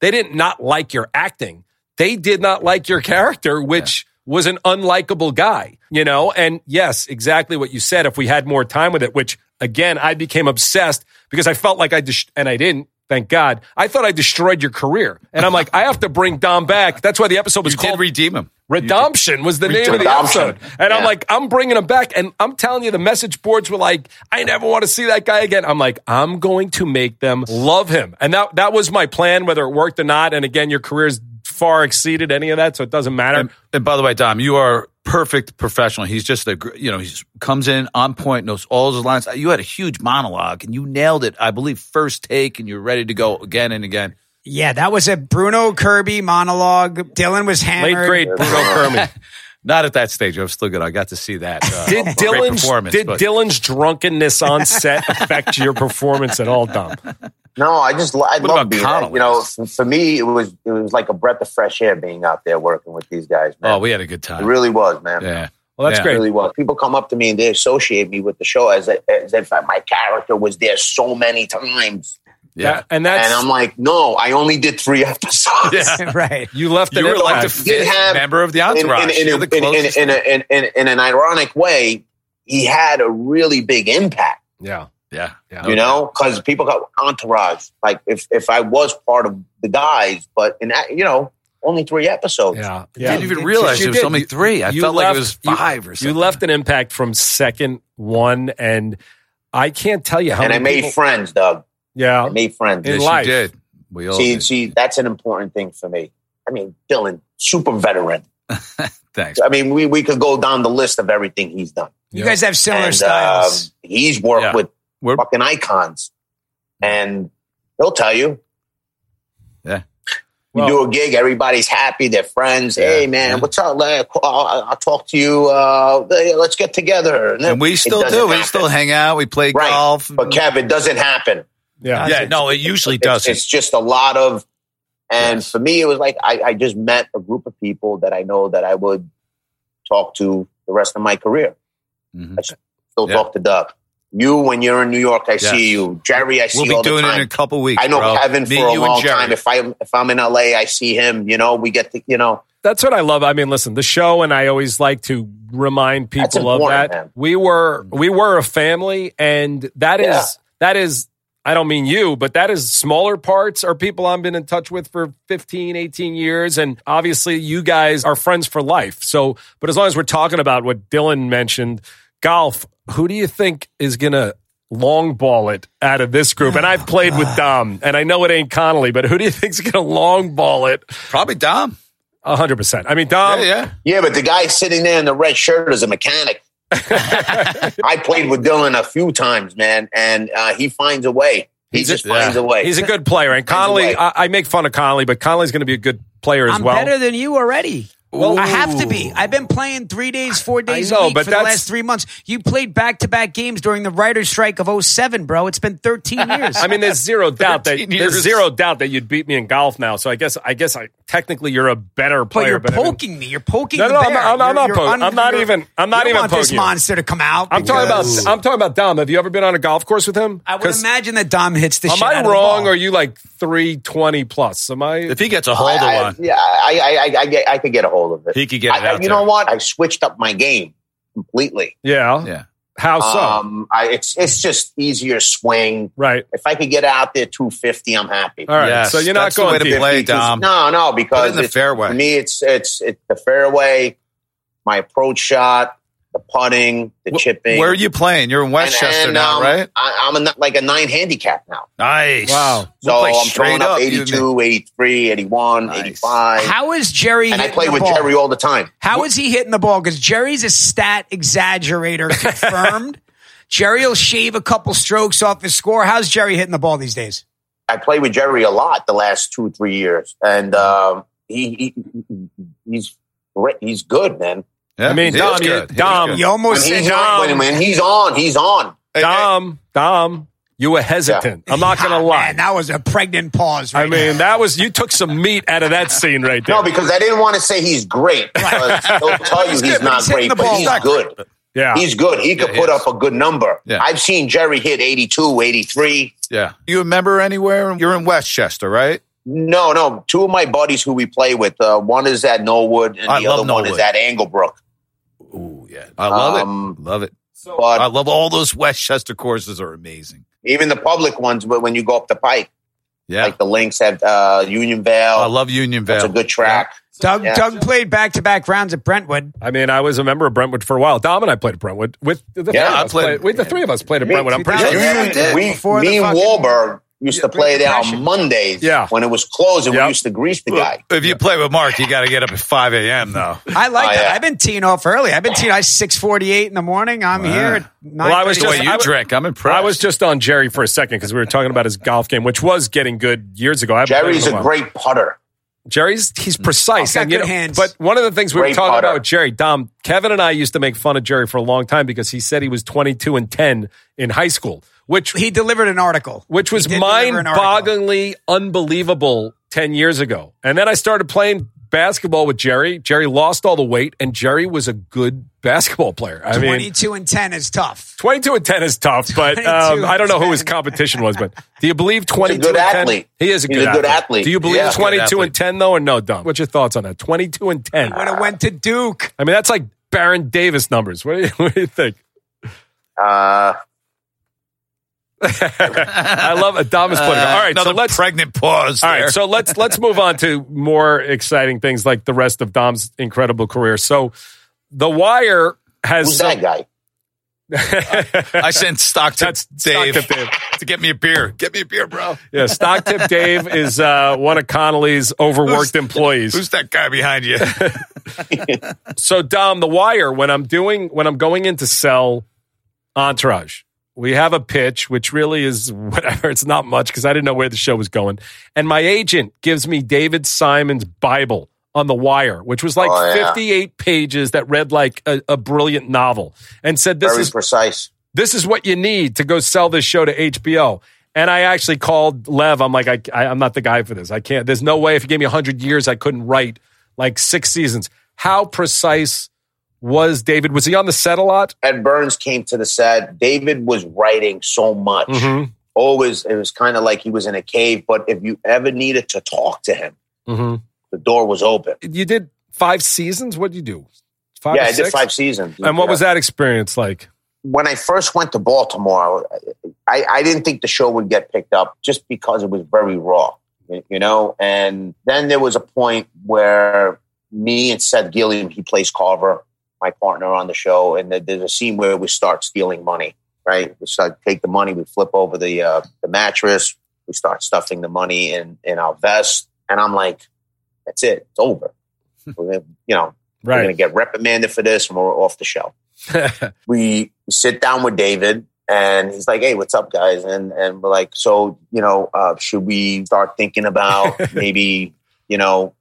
S2: they didn't not like your acting. They did not like your character, which was an unlikable guy, you know? And yes, exactly what you said. If we had more time with it, which again, I became obsessed because I felt like I, dis- and I didn't, thank God. I thought I destroyed your career. And I'm like, I have to bring Dom back. That's why the episode was
S5: You
S2: called
S5: did redeem him.
S2: Redemption was the name of the
S4: Redemption.
S2: episode. And I'm
S5: Yeah.
S2: like, I'm bringing him back. And I'm telling you, the message boards were like, I never want to see that guy again. I'm like, I'm going to make them love him. And that, that was my plan, whether it worked or not. And again, your career's far exceeded any of that. So it doesn't matter.
S5: And, and by the way, Dom, you are perfect professional. He's just a gr- you know he just comes in on point, knows all his lines. You had a huge monologue and you nailed it. I believe first take, and you're ready to go again and again.
S3: yeah, that was a Bruno Kirby monologue. Dylan was hammered.
S2: Late grade Bruno Kerman.
S5: Not at that stage. I was still good. I got to see that. Uh,
S2: Did
S5: great
S2: Dylan's,
S5: performance?
S2: did
S5: but-
S2: Dylan's drunkenness on set affect your performance at all, Dom?
S4: No, I just lo- I
S5: What
S4: love
S5: about
S4: being.
S5: Connolly?
S4: You know, for, for me, it was it was like a breath of fresh air being out there working with these guys. Man.
S5: oh, we had a good
S4: it
S5: time.
S4: really was, man.
S5: Yeah.
S2: Well, that's
S4: It
S5: Yeah.
S2: great.
S4: really was. People come up to me and they associate me with the show as, as if my character was there so many times,
S5: Yeah.
S2: That- and that's,
S4: and I'm like, no, I only did three episodes.
S5: Yeah.
S3: right.
S2: you left it
S5: You were
S2: in
S5: like the
S2: life.
S5: fifth
S4: have-
S5: member of the
S4: in,
S5: entourage.
S4: in, in,
S5: You're
S4: in,
S5: the
S4: in,
S5: closest.
S4: in, in, in, in an ironic way, he had a really big impact,
S2: yeah.
S5: yeah, yeah.
S4: you know, because people got entourage. Like if if I was part of the guys, but in that, you know, only three episodes.
S2: Yeah.
S5: I
S2: Yeah.
S5: didn't even realize
S2: you
S5: it was
S2: did.
S5: only three. I
S2: You
S5: felt like
S2: left-
S5: it was
S2: you-
S5: five or something.
S2: You left an impact from second one, and I can't tell you how
S4: and
S2: many
S4: I made
S2: people-
S4: friends, Doug. I
S2: yeah,
S4: made friends.
S2: in
S5: yes,
S2: life.
S5: You did. We all
S4: see,
S5: did.
S4: see, that's an important thing for me. I mean, Dylan, super veteran.
S5: Thanks.
S4: I mean, we, we could go down the list of everything he's done.
S3: You guys have similar
S4: And,
S3: styles.
S4: um, he's worked
S5: Yeah.
S4: with
S5: We're,
S4: fucking icons, and he'll tell you.
S5: Yeah.
S4: You do a gig, everybody's happy, they're friends.
S5: Yeah.
S4: Hey, man, what's up? Like, I'll, I'll talk to you. Uh, hey, let's get together. then
S5: and we
S4: it
S5: still
S4: doesn't
S5: do. We
S4: happen.
S5: still hang out. We play
S4: Right.
S5: golf.
S4: But Kev, it doesn't happen.
S2: Yeah.
S5: yeah, no, it usually
S4: It's,
S5: doesn't.
S4: it's just a lot of, and
S5: Yes.
S4: for me, it was like I, I just met a group of people that I know that I would talk to the rest of my career.
S5: Mhm.
S4: Still
S5: Yeah.
S4: talk to Doug. You, when you're in New York, I
S5: Yes.
S4: see you. Jerry, I see
S5: We'll
S4: all
S5: be
S4: the
S5: doing it
S4: time.
S5: in a couple weeks.
S4: I know
S5: bro.
S4: Kevin
S5: Me,
S4: for a
S5: you, and
S4: long
S5: Jerry.
S4: time. If I if I'm in LA, I see him. You know, we get to you know.
S2: That's what I love. I mean, listen, the show, and I always like to remind
S4: That's
S2: people of
S4: important,
S2: that.
S4: man.
S2: We were we were a family, and that is
S4: Yeah.
S2: that is. I don't mean you, but that is smaller parts are people I've been in touch with for 15, 18 years. And obviously, you guys are friends for life. So, but as long as we're talking about what Dylan mentioned, golf, who do you think is going to long ball it out of this group? And I've played with Dom, and I know it ain't Connolly, but who do you think's going to long ball it
S5: Probably Dom.
S2: 100%? I mean, Dom,
S5: Yeah, yeah.
S4: Yeah, but the guy sitting there in the red shirt is a mechanic. I played with Dylan a few times, man, and uh, he finds a way. He
S2: He's a-
S4: just finds
S5: yeah.
S4: a way.
S2: He's a good player, and Connolly. I, I make fun of Connolly, but Connolly's going to be a good player as
S3: I'm
S2: well.
S3: better than you already.
S5: Well-
S3: I have to be. I've been playing three days, four days
S2: know,
S3: a week
S2: but
S3: for the
S2: that's-
S3: last three months. You played back to back games during the writer's strike of 07, bro. It's been 13 years.
S2: I mean, there's zero doubt that
S5: 13
S2: there's
S5: years.
S2: zero doubt that you'd beat me in golf now. So I guess I guess I technically you're a better
S3: but
S2: player.
S3: you're
S2: I mean-
S3: poking me. You're poking
S2: No,
S3: the
S2: no, I'm
S3: bear.
S2: not- I'm not- I'm
S3: You're-
S2: not
S3: you're
S2: poking. I'm not
S3: you're-
S2: even- I'm not
S3: you don't
S2: even
S3: want this
S2: poking you.
S3: monster to come out.
S2: I'm talking about
S3: because-
S2: I'm talking about Dom. Have you ever been on a golf course with him?
S3: I would
S2: 'Cause
S3: imagine that Dom hits the
S2: Am
S3: shit out
S2: I
S3: of the
S2: wrong?
S3: ball.
S2: Or are you like three twenty plus? Am I?
S5: If he gets a
S4: I,
S5: hold of
S4: I,
S5: one,
S4: yeah, I, I, I, I, get, I could get a hold of it.
S5: He could get it
S4: I- I-
S5: out
S4: you
S5: there.
S4: know what? I switched up my game completely.
S2: Yeah.
S5: yeah.
S2: How so?
S4: Um, I, it's it's just easier swing.
S2: right.
S4: If I could get out there 250, I'm happy.
S2: All right.
S5: Yes,
S2: so you're not
S5: that's the way
S2: going
S5: to
S2: deep.
S5: play.
S4: because-
S5: Dom.
S4: No, no, because
S5: Put it in the
S4: it's-
S5: fairway.
S4: For me, it's it's it's the fairway, my approach shot, the putting, the
S5: Wh-
S4: chipping.
S5: Where are you playing? You're in
S4: And-
S5: Westchester
S4: and,
S5: now,
S4: um,
S5: right?
S4: I, I'm a n like a nine handicap now,
S5: Nice.
S2: Wow.
S5: We'll
S4: so
S5: play
S4: I'm
S5: straight
S4: throwing up,
S5: you and me.
S4: 82, 83, 81,
S5: Nice.
S4: 85.
S3: How is Jerry?
S4: and I
S3: hitting
S4: play
S3: the
S4: with
S3: ball?
S4: Jerry all the time.
S3: How is he hitting the ball? Because Jerry's a stat exaggerator confirmed. Jerry will shave a couple strokes off his score. How's Jerry hitting the ball these days?
S4: I play with Jerry a lot the last two three years, and
S5: Mm-hmm.
S4: um, he, he he's great. he's good, man.
S5: Yeah,
S2: I mean,
S5: he
S2: Dom,
S5: was
S2: you-
S5: good. He was
S2: Dom,
S5: good.
S3: You
S4: When
S3: almost said
S4: he's on, when, when he's on, he's on.
S2: Dom, Dom, you were hesitant. I'm not going to
S3: Ah,
S2: lie.
S3: Man, that was a pregnant pause. Right
S2: I mean, that was you took some meat out of that scene right there.
S4: No, because I didn't want to say he's great. because They'll tell you
S3: He's
S4: he's,
S3: good, but
S4: not
S3: he's hitting
S4: great,
S3: the
S4: but
S3: ball.
S4: he's
S3: Not
S4: good.
S2: uh, yeah.
S4: He's good. He could
S5: he
S4: put
S5: is.
S4: up a good number.
S5: Yeah.
S4: I've seen Jerry hit 82, 83.
S5: Yeah. You remember anywhere? You're in Westchester, right?
S4: No, no. Two of my buddies who we play with, uh, one is at Norwood and
S5: I
S4: the
S5: love
S4: other one is
S5: Norwood.
S4: at Anglebrook.
S5: Ooh, yeah. I love
S4: Um,
S5: it. Love it. I
S4: But
S5: love all those Westchester courses are amazing.
S4: even the public ones, but when you go up the pike,
S5: Yeah.
S4: like the links at uh, Union Vale,
S5: I love Union Vale.
S4: it's a good track.
S3: Doug,
S4: Yeah.
S3: Doug played back to back rounds at Brentwood.
S2: I mean, I was a member of Brentwood for a while. Dom and I played at Brentwood with the three
S4: Yeah,
S2: of
S5: I
S2: us
S5: played-
S2: with the three of us played at Brentwood. I'm pretty
S3: Yeah,
S2: sure.
S3: yeah, we did.
S4: we,
S3: Before the
S4: me and
S3: fucking-
S4: Wahlberg used to play there
S3: depression.
S4: on Mondays
S2: Yeah.
S4: when it was closed and
S2: Yep.
S4: we used to grease the
S5: Well,
S4: guy.
S5: If you play with Mark, you got to get up at 5 a.m. though.
S3: I like
S4: Oh,
S3: that.
S4: yeah.
S3: I've been teeing off early. I've been teeing. I six forty eight in the morning. I'm here. At
S2: Well, I was
S5: The way
S2: just-
S5: you
S2: I w-
S5: drink, I'm impressed.
S2: I was just on Jerry for a second because we were talking about his golf game, which was getting good years ago. I haven't played
S4: Jerry's
S2: in
S4: a
S2: while.
S4: great putter.
S2: Jerry's he's precise.
S3: He's got
S2: and, you
S3: good
S2: know,
S3: hands.
S2: But one of the things we were
S4: Great
S2: talking
S4: putter.
S2: about with Jerry, Dom, Kevin and I used to make fun of Jerry for a long time because he said he was 22 and 10 in high school, which
S3: He delivered an article,
S2: which was
S3: He did deliver an article.
S2: mind-bogglingly unbelievable 10 years ago. And then I started playing basketball with Jerry. Jerry lost all the weight and Jerry was a good basketball player. I
S3: Twenty
S2: mean,
S3: two and ten is tough.
S2: 22 and 10 is tough, but
S3: 22
S2: um, I don't know who his
S3: and
S2: competition was, but do you believe 22
S4: good
S2: and 10?
S4: athlete.
S2: He is a,
S4: He's
S2: good,
S4: a good
S2: athlete.
S4: athlete.
S2: Do you believe
S4: Yeah.
S2: 22 and
S5: athlete.
S2: 10 though or no, Dom? What's your thoughts on that? 22 and 10.
S3: Would have went to Duke.
S2: I mean, that's like Baron Davis numbers. What do you, what do you think?
S4: Uh,
S2: I love Dom is
S5: Uh,
S2: putting. All right,
S5: another
S2: so let's
S5: pregnant pause.
S2: All
S5: there.
S2: right, so let's let's move on to more exciting things like the rest of Dom's incredible career. So, The Wire has
S4: who's
S2: some-
S4: that guy?
S5: I sent stock to
S2: That's
S5: Dave,
S2: Stock to Dave.
S5: to get me a beer. Get me a beer, bro.
S2: Yeah, Stock Tip Dave is uh, one of Connolly's overworked employees.
S5: Who's that guy behind you?
S2: So Dom, the wire, when I'm doing when I'm going in to sell Entourage, we have a pitch, which really is whatever. It's not much because I didn't know where the show was going. And my agent gives me David Simon's Bible on the wire, which was like
S4: Oh, yeah.
S2: 58 pages that read like a, a brilliant novel, and said this
S4: Very
S2: is
S4: precise.
S2: this is what you need to go sell this show to HBO. And I actually called Lev. I'm like, I, I, I'm not the guy for this. I can't. There's no way if you gave me 100 years, I couldn't write like six seasons. How precise was David? Was he on the set a lot?
S4: Ed Burns came to the set. David was writing so much.
S2: Mm-hmm.
S4: Always, it was kind of like he was in a cave. But if you ever needed to talk to him,
S2: Mhm.
S4: the door was open.
S2: You did five seasons? What did you do? Five
S4: yeah,
S2: or
S4: I did
S2: six?
S4: five seasons.
S2: And what
S4: Yeah.
S2: was that experience like?
S4: when I first went to Baltimore, I, I didn't think the show would get picked up just because it was very raw, you know. And then there was a point where me and Seth Gilliam, he plays Carver, my partner on the show, and there- there's a scene where we start stealing money. Right, we start take the money, we flip over the uh, the mattress, we start stuffing the money in in our vest, and I'm like, that's it, it's over. We're gonna, you know, we're going to
S2: Right.
S4: get reprimanded for this, and we're off the show we sit down with David and he's like, Hey, what's up guys? And, and we're like, so, you know, uh, should we start thinking about maybe, you know,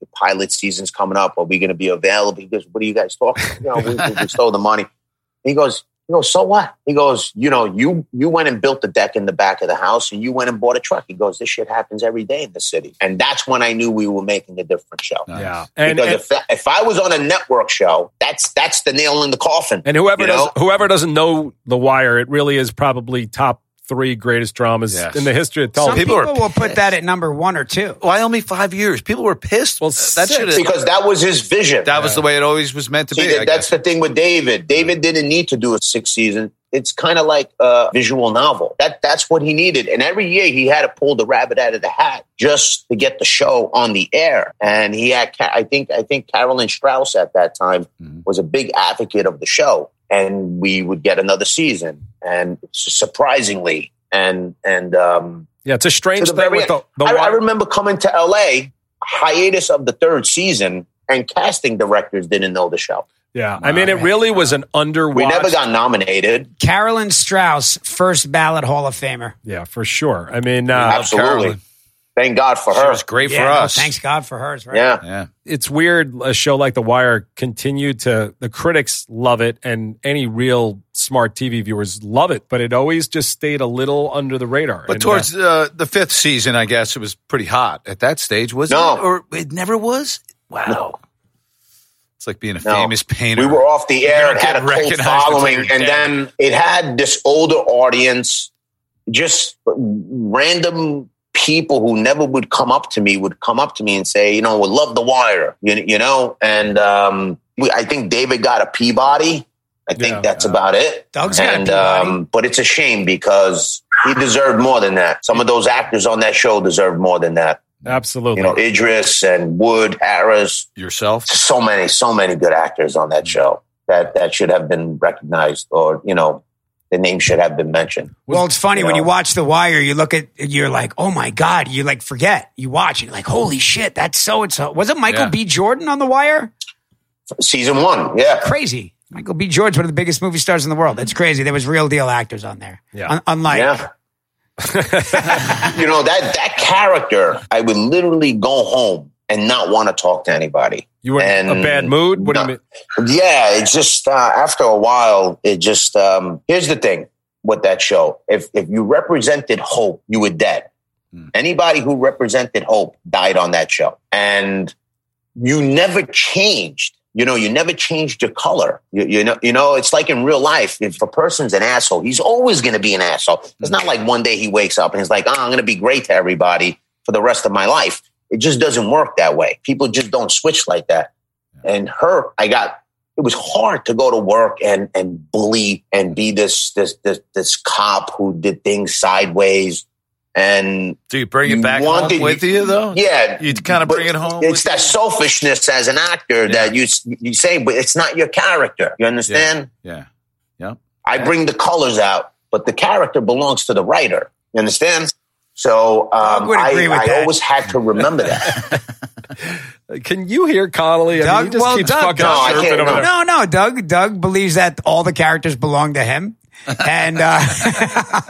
S4: the pilot season's coming up. Are we going to be available? He goes, what are you guys talking? about? You know, we, we stole the money. He goes, he goes, so what? He goes, you know, you, you went and built the deck in the back of the house and you went and bought a truck. He goes, this shit happens every day in the city. And that's when I knew we were making a different show.
S5: Nice.
S2: And,
S4: because
S2: and,
S4: if, if I was on a network show, that's, that's the nail in the coffin.
S2: and whoever
S4: you
S2: does,
S4: know?
S2: whoever doesn't know The Wire, it really is probably top three greatest dramas
S5: Yes.
S2: in the history of
S3: Some
S2: television.
S5: people
S3: people,
S5: are
S3: will put that at number one or two.
S5: Why only five years? People were pissed.
S2: Well,
S5: Well, that should have.
S4: because that was his vision.
S5: That was the way it always was meant to
S4: See,
S5: be.
S4: that-
S5: I
S4: that's
S5: guess.
S4: the thing with David. David didn't need to do a six season. It's kind of like a visual novel. That that's what he needed. And every year he had to pull the rabbit out of the hat just to get the show on the air. And he had, Ca- I think, I think Carolyn Strauss at that time
S5: Mhm.
S4: was a big advocate of the show, and we would get another season. And surprisingly, and and um,
S2: yeah, it's a strange
S4: to the
S2: thing
S4: very
S2: with the, the
S4: I,
S2: wire.
S4: I remember coming to LA, hiatus of the third season, and casting directors didn't know the show.
S2: yeah, I mean, it
S5: Wow.
S2: really was an underwatched.
S4: We never got nominated.
S3: Carolyn Strauss, first ballot Hall of Famer.
S2: Yeah, for sure. I mean, uh,
S4: Absolutely.
S5: Oh, Carolyn.
S4: Thank God for
S5: She
S4: her.
S5: was great for
S3: no,
S5: us.
S3: thanks God for hers. Right?
S4: Yeah.
S5: Yeah.
S2: it's weird. A show like The Wire continued to the critics love it, and any real smart TV viewers love it. But it always just stayed a little under the radar.
S5: But
S2: And,
S5: towards uh, the fifth season, I guess it was pretty hot at that stage, was
S4: No.
S5: it? Or it never was? Wow. It's like being a
S4: No.
S5: famous painter.
S4: We were off the air and had a
S5: You're getting
S4: cult
S5: recognized
S4: following.
S5: until
S4: And
S5: you're dead.
S4: then it had this older audience, just random people who never would come up to me would come up to me and say, you know, we love The Wire, you, you know? And um, we, I think David got a Peabody. I think
S2: Yeah.
S4: that's about it.
S3: Doug's got a
S4: and
S3: Peabody.
S4: um, but it's a shame because he deserved more than that. Some of those actors on that show deserved more than that.
S2: absolutely.
S4: You know, Idris and Wood, Harris,
S5: yourself.
S4: so many, so many good actors on that show that that should have been recognized, or you know, the name should have been mentioned.
S3: Well, it's funny
S4: You
S3: when
S4: know.
S3: you watch The Wire, you look at, you're like, oh my God, you like forget. You watch, and you're like, holy shit, that's so and so. Was it Michael
S5: Yeah.
S3: B. Jordan on The Wire?
S4: Season one, yeah,
S3: Crazy. Michael B. Jordan's one of the biggest movie stars in the world. That's crazy. There was real deal actors on there.
S2: Yeah.
S3: Un- unlike
S4: yeah. you know that that character, I would literally go home and not want to talk to anybody.
S2: you were in a
S4: And-
S2: bad mood. What do you
S4: No.
S2: mean?
S4: Yeah, it's just uh, after a while, it just um, here's the thing with that show: if if you represented hope, you were dead. Anybody who represented hope died on that show, and you never changed. You know, you never changed your color. You, you know, you know, it's like in real life. If a person's an asshole, he's always going to be an asshole. It's not like one day he wakes up and he's like, "Oh, I'm going to be great to everybody for the rest of my life." It just doesn't work that way. People just don't switch like that. And her, I got it was hard to go to work and and bully and be this this this this cop who did things sideways and
S5: Do you bring it
S4: You
S5: back home
S4: wanted-
S5: with you, though?
S4: yeah
S5: Oh, You kind of
S4: but
S5: bring it home.
S4: it's
S5: with
S4: that selfishness as an actor that you you say but it's not your character you understand
S5: you? Yeah.
S4: I bring the colors out, but the character belongs to the writer. You understand? So um,
S3: Dog would
S4: I,
S3: agree with
S4: I
S3: that.
S4: always had to remember that.
S2: Can you hear Connolly? I mean,
S3: Doug-
S2: he just
S3: well,
S2: keeps
S3: Doug-
S2: fucking
S4: No, I
S2: chirping
S4: can't-
S2: over
S4: no.
S2: there.
S3: No, no, Doug. Doug believes that all the characters belong to him, and uh,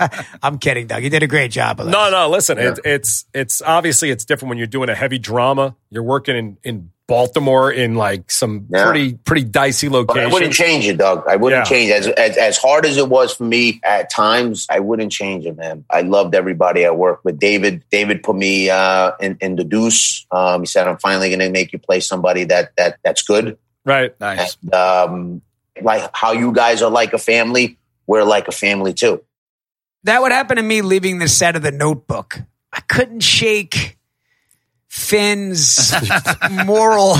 S3: I'm kidding, Doug. You did a great job. Of this.
S2: No, no. Listen, it, it's it's obviously it's different when you're doing a heavy drama. You're working in in Baltimore in like some
S4: Yeah.
S2: pretty pretty dicey
S4: But I wouldn't
S2: locations.
S4: change it, Doug. I wouldn't
S2: Yeah.
S4: change it. As, as as hard as it was for me at times. I wouldn't change it, man. I loved everybody I worked with. David, David put me uh, in in the deuce. Um, he said, "I'm finally going to make you play somebody that that that's good."
S2: Right.
S5: Nice.
S4: And, um, like how you guys are like a family, we're like a family too.
S3: that would happen to me leaving the set of the Notebook. I couldn't shake Finn's moral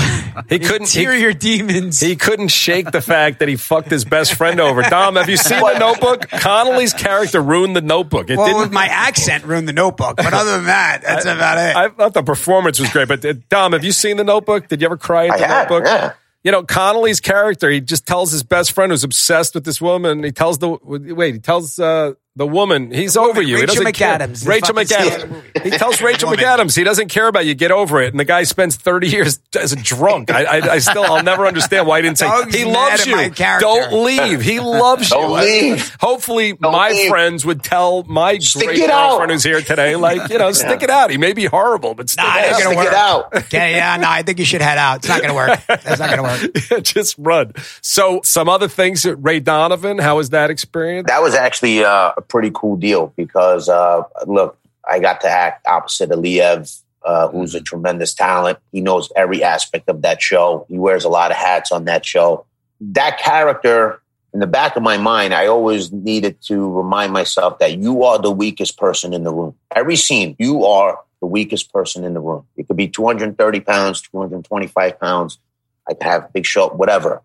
S2: He couldn't. He,
S3: interior demons.
S2: he couldn't shake the fact that he fucked his best friend over. Dom, have you seen the Notebook? Connolly's character ruined the Notebook. It
S3: well,
S2: didn't.
S3: with my accent ruined the Notebook, but other than that, that's about it.
S2: I thought the performance was great, but uh, Dom, have you seen the Notebook? Did you ever cry at
S4: I
S2: the
S4: had,
S2: Notebook?
S4: yeah.
S2: You know, Connolly's character, he just tells his best friend who's obsessed with this woman. He tells the wait, he tells uh, the woman he's over you. he
S3: Rachel
S2: doesn't care.
S3: McAdams, the
S2: Rachel
S3: fucking star of the
S2: McAdams.
S3: movie.
S2: He tells Rachel
S3: Woman.
S2: McAdams he doesn't care about you. Get over it. And the guy spends thirty years as a drunk. I, I, I still, I'll never understand why he didn't say
S3: Doug's
S2: he
S3: mad
S2: loves
S3: at
S2: you.
S3: my character."
S2: Don't leave. He loves you.
S4: Don't
S2: I-
S4: leave.
S2: Hopefully, my
S4: leave.
S2: friends would tell my
S4: Stick
S2: great
S4: it out.
S2: girlfriend who's here today, like you know, stick it out. He may be horrible, but stick
S3: Nah,
S2: it
S3: it
S2: out.
S3: ain't gonna
S4: Stick
S3: work.
S4: it out.
S3: Okay, yeah, no, I think you should head out. It's not going to work. That's not going to work.
S2: just run. So some other things that Ray Donovan, how was that experience?
S4: That was actually uh, a pretty cool deal because uh, look, I got to act opposite Aliyev, uh, who's a tremendous talent. He knows every aspect of that show. He wears a lot of hats on that show. That character, in the back of my mind, I always needed to remind myself that you are the weakest person in the room. Every scene, you are the weakest person in the room. It could be 230 pounds, 225 pounds. I could have big shot, whatever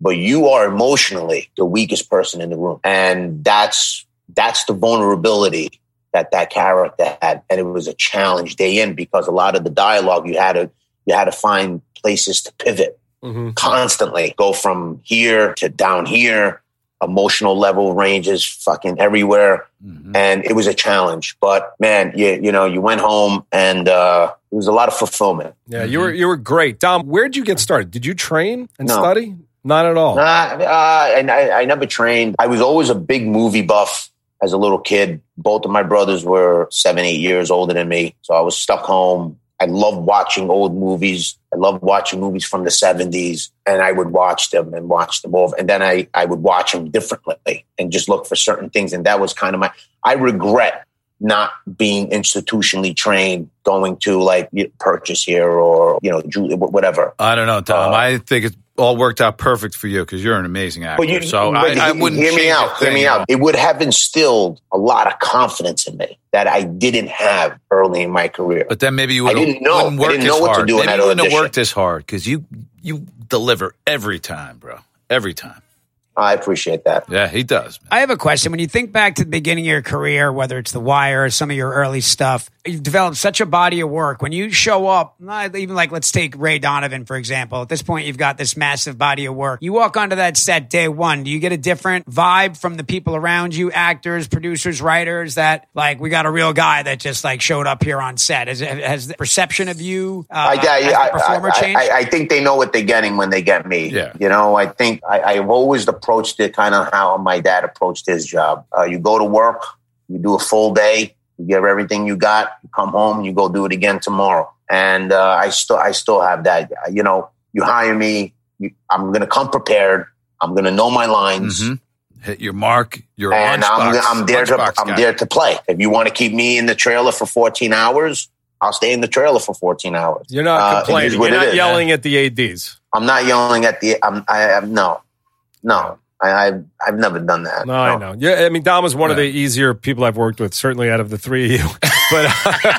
S4: but you are emotionally the weakest person in the room and that's that's the vulnerability that that character had and it was a challenge day in because a lot of the dialogue you had to you had to find places to pivot
S2: Mhm.
S4: constantly go from here to down here emotional level ranges fucking everywhere
S5: Mhm.
S4: and it was a challenge but man you, you know you went home and uh, it was a lot of fulfillment
S2: Yeah, you were you were great, Dom. Where'd you get started? Did you train and
S4: No.
S2: study? Not at all.
S4: Nah, uh, and I, I never trained. I was always a big movie buff as a little kid. Both of my brothers were seven, eight years older than me, so I was stuck home. I loved watching old movies. I loved watching movies from the seventies, and I would watch them and watch them over, and then I I would watch them differently and just look for certain things. And that was kind of my. I regret not being institutionally trained, going to like you know, purchase here or you know Ju- whatever.
S5: I don't know, Tom.
S4: Uh,
S5: I think it all worked out perfect for you because you're an amazing actor.
S4: But you,
S5: so
S4: but
S5: I, I
S4: he-
S5: wouldn't
S4: hear me
S5: change a
S4: out. Hear
S5: thing
S4: me
S5: at
S4: out. It would have instilled a lot of confidence in me that I didn't have early in my career.
S5: But then maybe you
S4: I
S5: would've-
S4: didn't know.
S5: wouldn't
S4: I
S5: work
S4: didn't
S5: as
S4: know what to
S5: hard.
S4: do in
S5: Maybe
S4: that
S5: you wouldn't have
S4: audition.
S5: worked as hard because you you deliver every time, bro. Every time.
S4: I appreciate that.
S5: Yeah, he does. man.
S3: I have a question. When you think back to the beginning of your career, whether it's The Wire or some of your early stuff, you've developed such a body of work. When you show up, not even like let's take Ray Donovan, for example. At this point, you've got this massive body of work. You walk onto that set day one. Do you get a different vibe from the people around you, actors, producers, writers, that like we got a real guy that just like showed up here on set? Has, has the perception of you, uh,
S4: I, I,
S3: as the
S4: I,
S3: performer
S4: I-
S3: changed?
S4: I, I think they know what they're getting when they get me.
S5: Yeah.
S4: You know, I think I, I've always approached it kind of how my dad approached his job. Uh, you go to work, you do a full day, you give everything you got, you come home, you go do it again tomorrow. And uh, I still, I still have that. You know, you hire me, you, I'm going to come prepared. I'm going to know my lines.
S5: Mhm. Hit your mark. Your
S4: and
S5: lunchbox.
S4: I'm, I'm there to
S5: lunchbox
S4: I'm
S5: guy.
S4: there to play. If you want to keep me in the trailer for 14 hours, I'll stay in the trailer for 14 hours.
S2: You're
S4: Uh,
S2: not
S4: it is
S2: complaining.
S4: what
S2: You're
S4: it
S2: not
S4: is.
S2: yelling at the ads.
S4: I'm not yelling at the. I'm. I have no, no. I, I I've never done that.
S2: No, I know. Yeah, I mean Dom was one of the easier people I've worked with, certainly out of the three of you. but uh,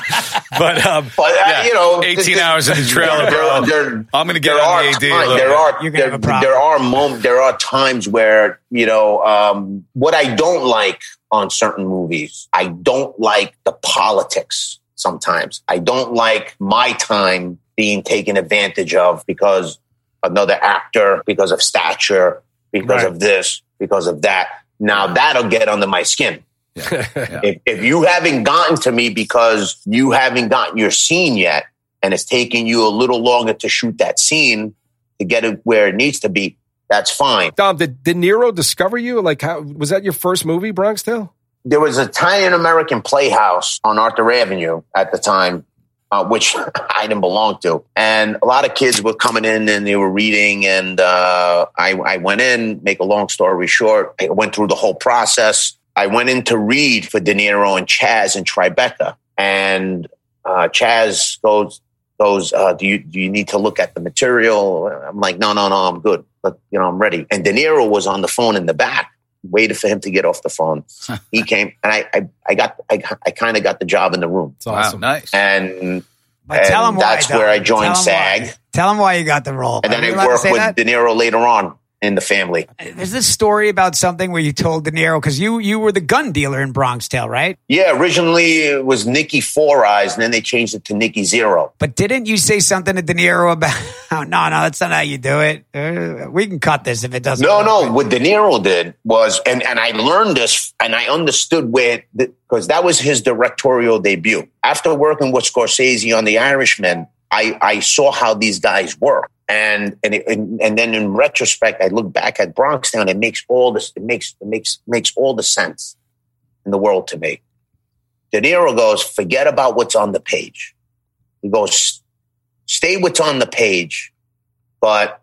S2: but um,
S4: But uh, you know,
S5: 18 hours in the trailer, bro. I'm gonna get
S4: there are
S5: on the AD. a
S4: time-
S5: little
S4: there
S5: bit.
S4: are
S3: You're gonna
S4: there,
S3: have a problem.
S4: there are mom, there are times where you know um, what I don't like on certain movies. I don't like the politics. Sometimes I don't like my time being taken advantage of because another actor, because of stature, because
S2: Right.
S4: of this, because of that. Now that'll get under my skin. if, if you haven't gotten to me because you haven't gotten your scene yet, and it's taking you a little longer to shoot that scene to get it where it needs to be, that's fine.
S2: Dom, did De Niro discover you? Like, how was that your first movie, Bronx Tale?
S4: there was a Italian American playhouse on Arthur Avenue at the time, uh, which I didn't belong to. And a lot of kids were coming in and they were reading. And uh, I, I went in, make a long story short, I went through the whole process. I went in to read for De Niro and Chaz in Tribeca. And uh, Chaz goes, goes, uh, do you do you need to look at the material? I'm like, no, no, no, I'm good. But you know, I'm ready. And De Niro was on the phone in the back, waited for him to get off the phone. he came, and I, I, I got, I, I kind of got the job in the room.
S2: It's awesome.
S5: Wow, nice.
S4: And
S3: But tell
S4: And
S3: him why.
S4: that's where
S3: though.
S4: I joined
S3: Tell 'em why.
S4: SAG.
S3: Tell him why you got the role.
S4: and then
S3: Are you allowed
S4: I
S3: to
S4: worked
S3: say
S4: with
S3: that?
S4: De Niro later on in the family.
S3: There's this story about something where you told De Niro because you you were the gun dealer in Bronx Tale, right?
S4: Yeah, originally it was Nicky Four Eyes, and then they changed it to Nicky Zero.
S3: But didn't you say something to De Niro about? no, no, that's not how you do it. Uh, we can cut this if it doesn't.
S4: No,
S3: work.
S4: no. What De Niro did was, and, and I learned this and I understood where, because that was his directorial debut. After working with Scorsese on The Irishman, I, I saw how these guys work. And, and, it, and and then in retrospect, I look back at Bronx Town. It makes all this, it makes, it makes, makes all the sense in the world to me. De Niro goes, forget about what's on the page. He goes, stay what's on the page, but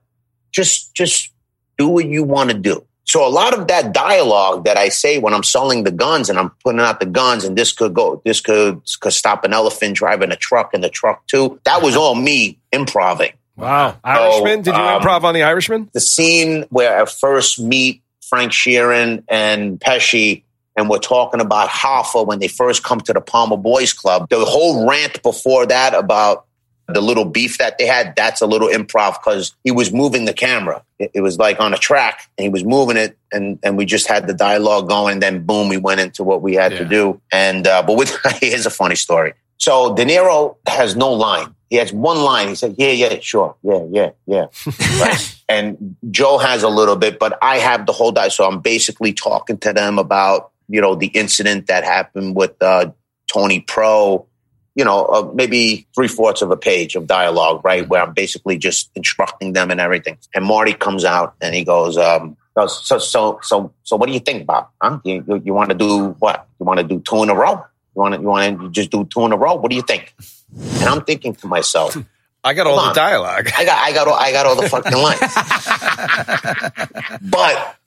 S4: just, just do what you want to do. So a lot of that dialogue that I say when I'm selling the guns and I'm putting out the guns and this could go, this could, could stop an elephant driving a truck and the truck too. That was all me improvising.
S2: Wow. Irishman? Did you
S4: um,
S2: improv on The Irishman?
S4: The scene where I first meet Frank Sheeran and Pesci and we're talking about Hoffa when they first come to the Palmer Boys Club. The whole rant before that about the little beef that they had, that's a little improv because he was moving the camera. It, it was like on a track and he was moving it and, and we just had the dialogue going. Then boom, we went into what we had to do. And, uh, but with, here's a funny story. So De Niro has no line. He has one line. He said, yeah, yeah, sure. Yeah, yeah, yeah. Right. and Joe has a little bit, but I have the whole di So I'm basically talking to them about, you know, the incident that happened with, uh, Tony Pro you know, uh, maybe three fourths of a page of dialogue, right? Where I'm basically just instructing them and everything. And Marty comes out and he goes, um, so, so, so, so, so what do you think, Bob? Huh? You, you, you want to do what? You want to do two in a row? You want to, you want to just do two in a row? What do you think? And I'm thinking to myself,
S5: I got all
S4: Come
S5: the
S4: on.
S5: dialogue.
S4: I got, I got, all, I got all the fucking lines. but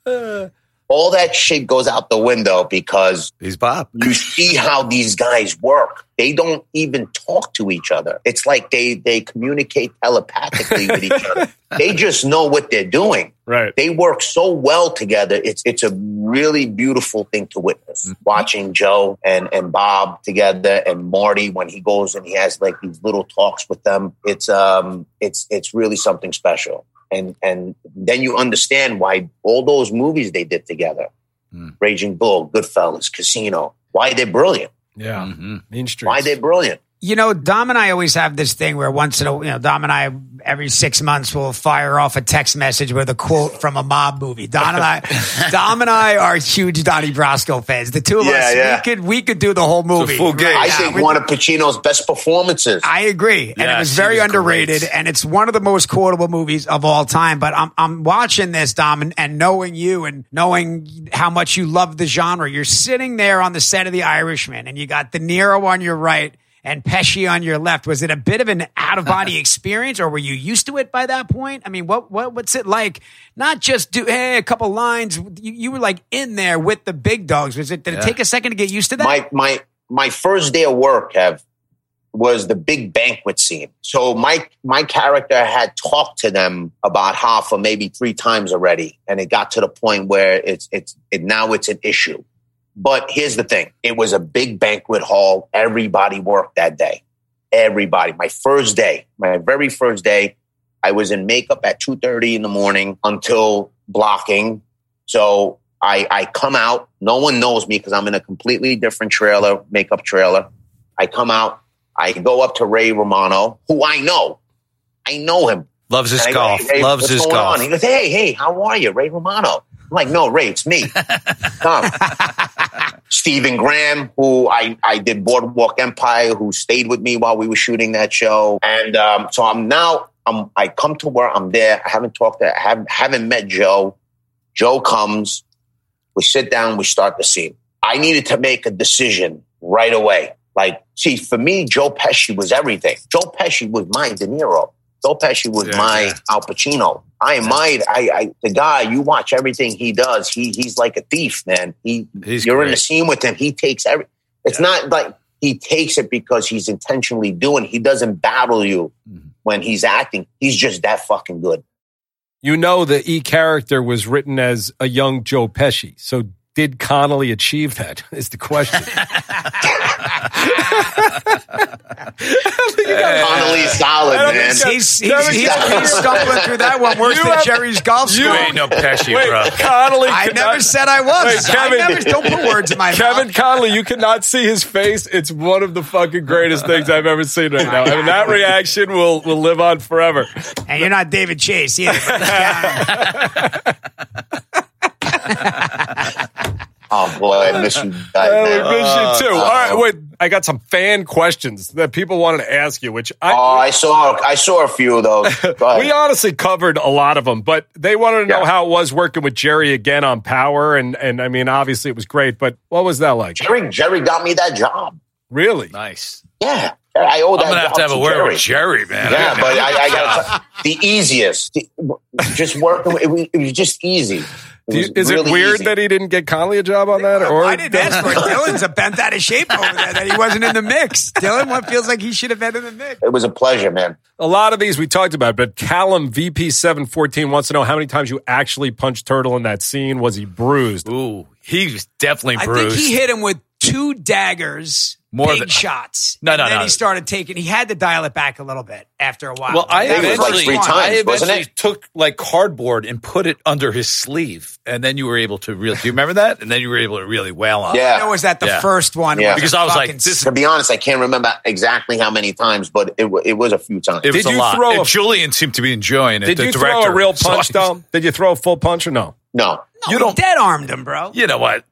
S4: all that shit goes out the window because
S5: He's Bob.
S4: you see how these guys work. They don't even talk to each other. It's like they they communicate telepathically with each other. They just know what they're doing.
S2: Right.
S4: They work so well together. It's it's a really beautiful thing to witness. Watching Joe and and Bob together and Marty when he goes and he has like these little talks with them. It's um it's it's really something special. And and then you understand why all those movies they did together. Raging Bull, Goodfellas, Casino. Why they're brilliant.
S2: Yeah.
S5: Mm-hmm.
S2: Mean Streets.
S4: Why they're brilliant.
S3: You know, Dom and I always have this thing where once in a you know, Dom and I every six months will fire off a text message with a quote from a mob movie. Don and I, Dom and I are huge Donnie Brasco fans. The two of
S4: Yeah,
S3: us,
S4: yeah.
S3: we could we could do the whole movie.
S5: full gig.
S4: I
S3: now.
S4: think
S3: We-
S4: one of Pacino's best performances.
S3: I agree, and it
S5: Yeah,
S3: was
S5: she
S3: very
S5: was
S3: underrated,
S5: great.
S3: and it's one of the most quotable movies of all time. But I'm I'm watching this, Dom, and, and knowing you, and knowing how much you love the genre, you're sitting there on the set of The Irishman, and you got De Niro on your right and Pesci on your left. Was it a bit of an out of body experience, or were you used to it by that point? I mean, what what what's it like? Not just do hey a couple lines. You, you were like in there with the big dogs. Was it? Did it take a second to get used to that?
S4: my my my first day of work have was the big banquet scene. So my my character had talked to them about Hoffa maybe three times already, and it got to the point where it's it's it, now it's an issue. But here's the thing: it was a big banquet hall. Everybody worked that day. Everybody. My first day, my very first day, I was in makeup at two thirty in the morning until blocking. So I, I come out. No one knows me because I'm in a completely different trailer, makeup trailer. I come out. I go up to Ray Romano, who I know. I know him.
S5: Loves his
S4: And I go,
S5: golf.
S4: "Hey, Ray,
S5: Loves
S4: what's
S5: his
S4: going
S5: golf.
S4: on?" He goes, "Hey, hey, how are you, Ray Romano?" I'm like, no, Ray, it's me. Tom. Stephen Graham, who I, I did Boardwalk Empire, who stayed with me while we were shooting that show. And um, so I'm now, I'm, I come to where I'm there. I haven't talked to, I haven't, haven't met Joe. Joe comes, we sit down, we start the scene. I needed to make a decision right away. Like, see, for me, Joe Pesci was everything. Joe Pesci was my De Niro. Joe Pesci was
S5: Yeah,
S4: my
S5: yeah.
S4: Al Pacino. I am my, I, I, the guy, you watch everything he does. He, he's like a thief, man. He,
S5: He's
S4: you're in
S5: great.
S4: the scene with him. He takes every, it's not like he takes it because he's intentionally doing, he doesn't battle you
S5: Mhm.
S4: when he's acting. He's just that fucking good.
S2: You know the E character was written as a young Joe Pesci. So did Connolly achieve that? Is the question.
S4: Connolly's solid,
S2: don't
S4: man.
S2: think so.
S3: He's, he's,
S2: Devin,
S3: he's,
S2: Devin.
S3: he's stumbling through that one worse
S2: You
S3: than
S2: have-
S3: Jerry's golf
S2: you-
S5: You
S3: score.
S5: ain't no Pesci,
S2: Wait,
S5: bro.
S2: Connolly.
S3: I
S2: could
S3: never
S2: not-
S3: said I was.
S2: Wait, Kevin-
S3: I never, don't put words in my
S2: Kevin
S3: mouth.
S2: Connolly, you cannot see his face. It's one of the fucking greatest things I've ever seen right now. I mean, that reaction will will live on forever.
S3: And you're not David Chase either.
S4: Oh boy, I miss you guys.
S2: Uh, we
S4: man.
S2: miss you too. All right, wait. I got some fan questions that people wanted to ask you, which I,
S4: Oh, I saw I saw a few of those. Go ahead.
S2: we honestly covered a lot of them, but they wanted to know
S4: Oh, Yeah.
S2: how it was working with Jerry again on Power, and and I mean, obviously it was great, but what was that like?
S4: Jerry Jerry got me that job.
S2: Really?
S5: Nice.
S4: Yeah, I owe that.
S5: I'm gonna have
S4: job
S5: to have a word
S4: Jerry.
S5: with Jerry, man.
S4: Yeah, but I, I got the easiest. The, just working. It was, it was just easy. It
S2: Do you-
S4: was
S2: is
S4: really
S2: it weird
S4: easy.
S2: that he didn't get Conley a job on that? Or
S3: I didn't ask for it. Dylan's a bent out of shape over there that he wasn't in the mix. Dylan, what feels like he should have been in the mix?
S4: it was a pleasure, man.
S2: a lot of these we talked about, but Callum VP714 wants to know how many times you actually punched Turtle in that scene. Was he bruised?
S5: Ooh, he was definitely
S3: I
S5: bruised.
S3: think he hit him with two daggers,
S5: More
S3: big
S5: than-
S3: shots.
S5: No,
S3: and
S5: no,
S3: then
S5: no.
S3: he started taking. He had to dial it back a little bit after a while.
S5: Well, I
S4: I think it was like three
S5: eventually,
S4: times,
S5: I
S4: wasn't
S5: eventually
S4: it?
S5: took like cardboard and put it under his sleeve, and then you were able to really. Do you remember that? And then you were able to really wail on. it.
S4: Yeah.
S3: know was that the
S5: Yeah.
S3: first one?
S4: Yeah.
S5: Because I was like,
S3: fucking
S5: this
S4: To be honest, I can't remember exactly how many times, but it wa- it was a few times.
S5: It was
S2: Did
S5: a
S2: you
S5: lot.
S2: throw
S5: And
S2: a-
S5: Julian seemed to be enjoying it.
S2: Did
S5: the
S2: you
S5: director.
S2: throw a real
S5: So
S2: punch,
S5: I-
S2: though? Did you throw a full punch or no?
S4: no,
S3: No, you
S5: don't-
S3: dead armed him, bro.
S5: You know what?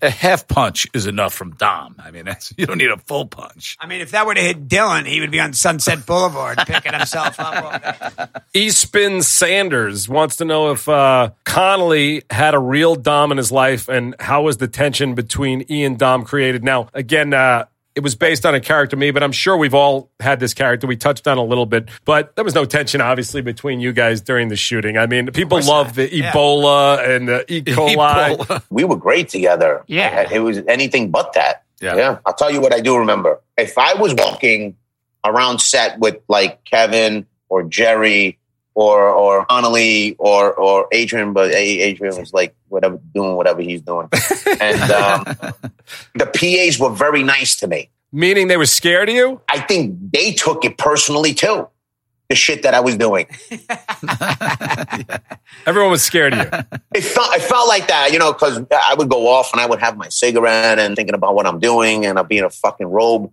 S5: A half punch is enough from Dom. I mean, that's, you don't need a full punch.
S3: I mean, if that would have hit Dylan, he would be on Sunset Boulevard picking himself up. Over there.
S2: Espin Sanders wants to know if uh, Connolly had a real Dom in his life and how was the tension between E and Dom created? Now, again, uh, it was based on a character me, but I'm sure we've all had this character. We touched on a little bit, but there was no tension, obviously, between you guys during the shooting. I mean, people love the Ebola and the E. coli.
S5: Ebola.
S4: we were great together.
S3: Yeah.
S4: It was anything but that.
S5: Yeah.
S4: I'll tell you what I do remember. If I was walking around set with like Kevin or Jerry or or Connolly or or Adrian, but A- Adrian was like whatever doing whatever he's doing. and um, the PAs were very nice to me.
S2: Meaning they were scared of you?
S4: I think they took it personally too. The shit that I was doing.
S2: Everyone was scared of you.
S4: It felt, it felt like that, you know, because I would go off and I would have my cigarette and thinking about what I'm doing and I'd be in a fucking robe.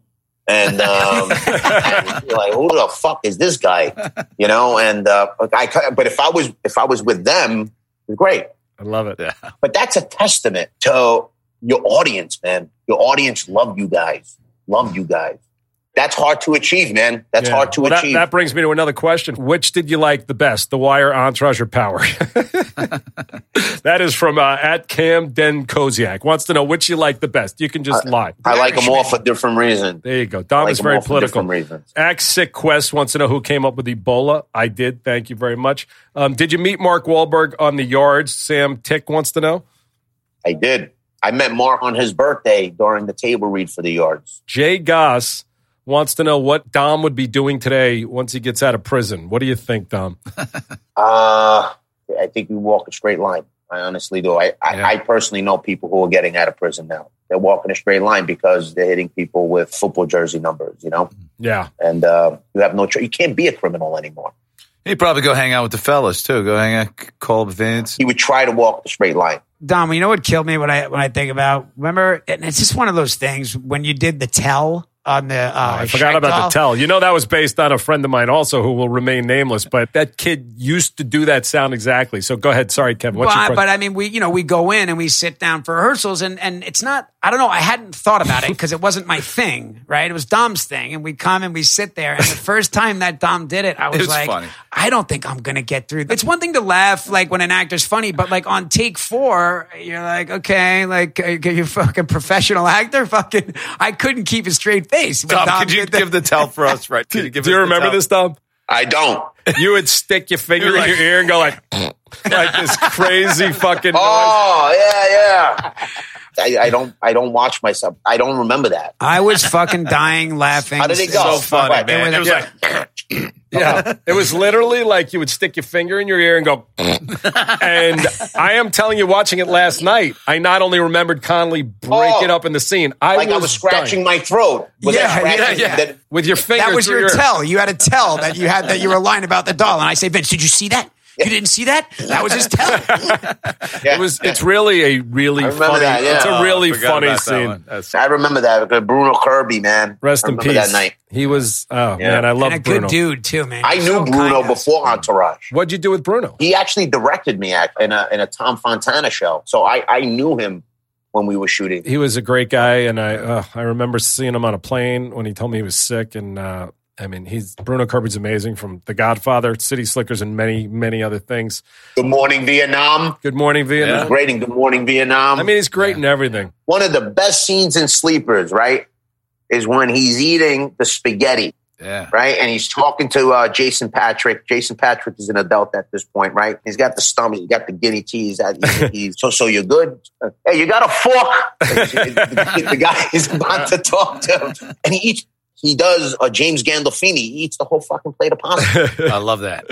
S4: And, um, and be like, who the fuck is this guy? You know, and uh, I, cou- but if I was if I was with them, it was great.
S2: I love it.
S4: But that's a testament to your audience, man. Your audience love you guys, love you guys. That's hard to achieve, man. That's
S2: Yeah.
S4: hard to
S2: Well, that,
S4: achieve.
S2: that brings me to another question. Which did you like the best, The Wire, Entourage, or Power? that is from uh, at Cam Den Koziak. Wants to know which you like the best. You can just lie.
S4: I like them all for different reasons.
S2: There you go. Dom
S4: like
S2: is
S4: them
S2: very
S4: all for different
S2: political.
S4: reasons.
S2: Axe Sick Quest wants to know who came up with Ebola. I did. Thank you very much. Um, did you meet Mark Wahlberg on the yards? Sam Tick wants to know.
S4: I did. I met Mark on his birthday during the table read for the yards.
S2: Jay Goss wants to know what Dom would be doing today once he gets out of prison. What do you think, Dom?
S4: Uh, I think we walk a straight line. I honestly do. I, I,
S5: Yeah.
S4: I personally know people who are getting out of prison now. They're walking a straight line because they're hitting people with football jersey numbers, you know?
S5: Mm-hmm.
S2: Yeah.
S4: And uh, you have no choice. You can't be a criminal anymore.
S5: He'd probably go hang out with the fellas, too. Go hang out, call Vince.
S4: He would try to walk the straight line.
S3: Dom, you know what killed me when I when I think about remember, and it's just one of those things when you did the tell on the. Uh,
S2: Oh, I forgot about the tell. You know that was based on a friend of mine also who will remain nameless, but that kid used to do that sound exactly. So go ahead. Sorry, Kevin. What's your
S3: But,
S2: question?
S3: but I mean, we you know we go in and we sit down for rehearsals, and and it's not. I don't know. I hadn't thought about it because it wasn't my thing, right? It was Dom's thing, and we come and we sit there. And the first time that Dom did it, I was
S5: It's
S3: like,
S5: funny.
S3: I don't think I'm gonna get through. It's one thing to laugh like when an actor's funny, but like on take four, you're like, okay, like are you fucking professional actor? Fucking, I couldn't keep a straight face. when
S5: Tom, could you
S3: did the-
S5: give the tell for us, right? Could give
S2: Do you
S5: us the
S2: remember
S5: tell?
S2: this, Dom?
S4: I don't.
S2: You would stick your finger
S5: You're
S2: in
S5: like-
S2: your ear and go like, like this crazy fucking noise.
S4: Oh yeah, yeah. I, I don't. I don't watch myself. I don't remember that.
S3: I was fucking dying laughing.
S4: How did it go?
S5: So funny,
S4: Right.
S5: man. Oh, It was like,
S2: Yeah. It was literally like you would stick your finger in your ear and go, and I am telling you, watching it last night, I not only remembered Conley break
S4: Oh.
S2: it up in the scene, I,
S4: like
S2: was,
S4: I was scratching
S2: dying.
S4: my throat. Was I
S3: Yeah, yeah,
S4: scratching
S5: yeah.
S4: that-
S2: with your finger.
S3: That was
S2: through
S3: your tell. You had a tell that you had that you were lying about the doll. And I say, Vince, did you see that? You didn't see that? That was his tell.
S4: yeah.
S2: It was. It's really a really
S4: I remember
S2: funny.
S4: that, yeah.
S2: It's
S4: Oh,
S2: a
S4: I
S2: really
S5: forgot
S2: funny
S5: about that
S2: scene.
S5: one. That's-
S4: I remember that because Bruno Kirby, man.
S2: Rest
S4: I
S2: in
S4: remember
S2: peace.
S4: That night,
S2: He was. Oh
S4: Yeah.
S2: man, I love
S3: and a
S2: Bruno.
S3: good dude too, man.
S4: I knew
S3: So
S4: Bruno
S3: kind.
S4: before Entourage.
S2: What'd you do with Bruno?
S4: He actually directed me act in a in a Tom Fontana show, so I I knew him when we were shooting.
S2: he was a great guy, and I uh, I remember seeing him on a plane when he told me he was sick, and uh, I mean he's Bruno Kirby's amazing from The Godfather, City Slickers, and many many other things.
S4: Good Morning Vietnam,
S2: Good morning Vietnam.
S4: great in Good Morning Vietnam.
S2: I mean he's great in everything.
S4: one of the best scenes in Sleepers, right, is when he's eating the spaghetti,
S5: Yeah.
S4: right, and he's talking to uh, Jason Patrick. Jason Patrick is an adult at this point, right? He's got the stomach, he got the guinea cheese. That he's, he's, so, so you're good. Hey, you got a fork? the, guy is about to talk to him, and he eats. He does a James Gandolfini. He eats the whole fucking plate of pasta.
S5: I love that.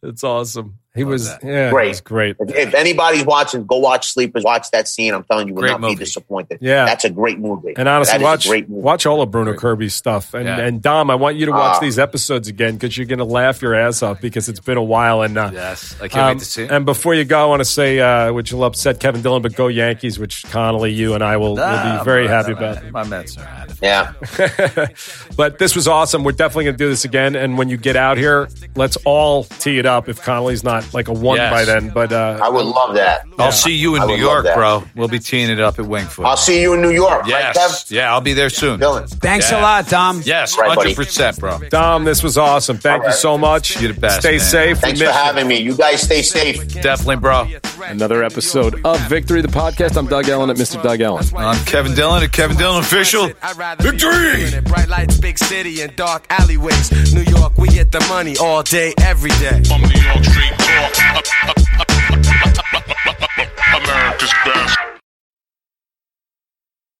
S2: It's awesome. He was
S5: that.
S2: yeah, great.
S4: Great.
S2: was great.
S4: If, if anybody's watching, go watch Sleepers. Watch that scene. I'm telling you, you will
S5: Great
S4: not
S5: movie.
S4: be disappointed.
S2: Yeah.
S4: that's a great movie.
S2: And honestly,
S4: That is a
S2: watch
S4: great movie.
S2: watch all of Bruno Kirby's stuff. And
S5: Yeah.
S2: and Dom, I want you to watch
S4: Ah.
S2: these episodes again because you're going to laugh your ass off because it's been a while. And uh,
S5: Yes. I can't
S2: Um,
S5: wait to see it.
S2: and before you go, I want to say, uh, which will upset Kevin Dillon, but go Yankees, which Connolly, you and I will, will
S5: Ah,
S2: be very happy about.
S5: My Mets are out of it.
S4: Yeah.
S2: But this was awesome. We're definitely going to do this again. And when you get out here, let's all tee it up if Connolly's not like a one
S5: Yes.
S2: by then. But uh,
S4: I would love that.
S5: I'll see you in
S4: I
S5: New
S4: would love
S5: York,
S4: that.
S5: bro. We'll be teeing it up at Wingfoot.
S4: I'll see you in New York. Right,
S5: yes.
S4: Kev?
S5: Yeah, I'll be there soon.
S4: Dylan.
S3: Thanks a
S5: Yeah.
S3: lot, Dom.
S5: Yes,
S4: Right, buddy.
S5: 100%, bro.
S2: Dom, this was awesome. Thank
S4: All
S2: you
S4: right.
S2: so much.
S5: You're the best,
S2: Stay
S5: man.
S2: safe. We
S4: Thanks for
S2: miss you.
S4: having me. You guys stay safe.
S5: Definitely, bro.
S6: Another episode of Victory the Podcast. I'm Doug Allen at Mr. Doug Allen.
S5: I'm Kevin Dillon at Kevin Dillon Official. Victory!
S7: Bright lights, big city, and dark alleyways. New York, we get the money all day, every day.
S1: From New York Street uh,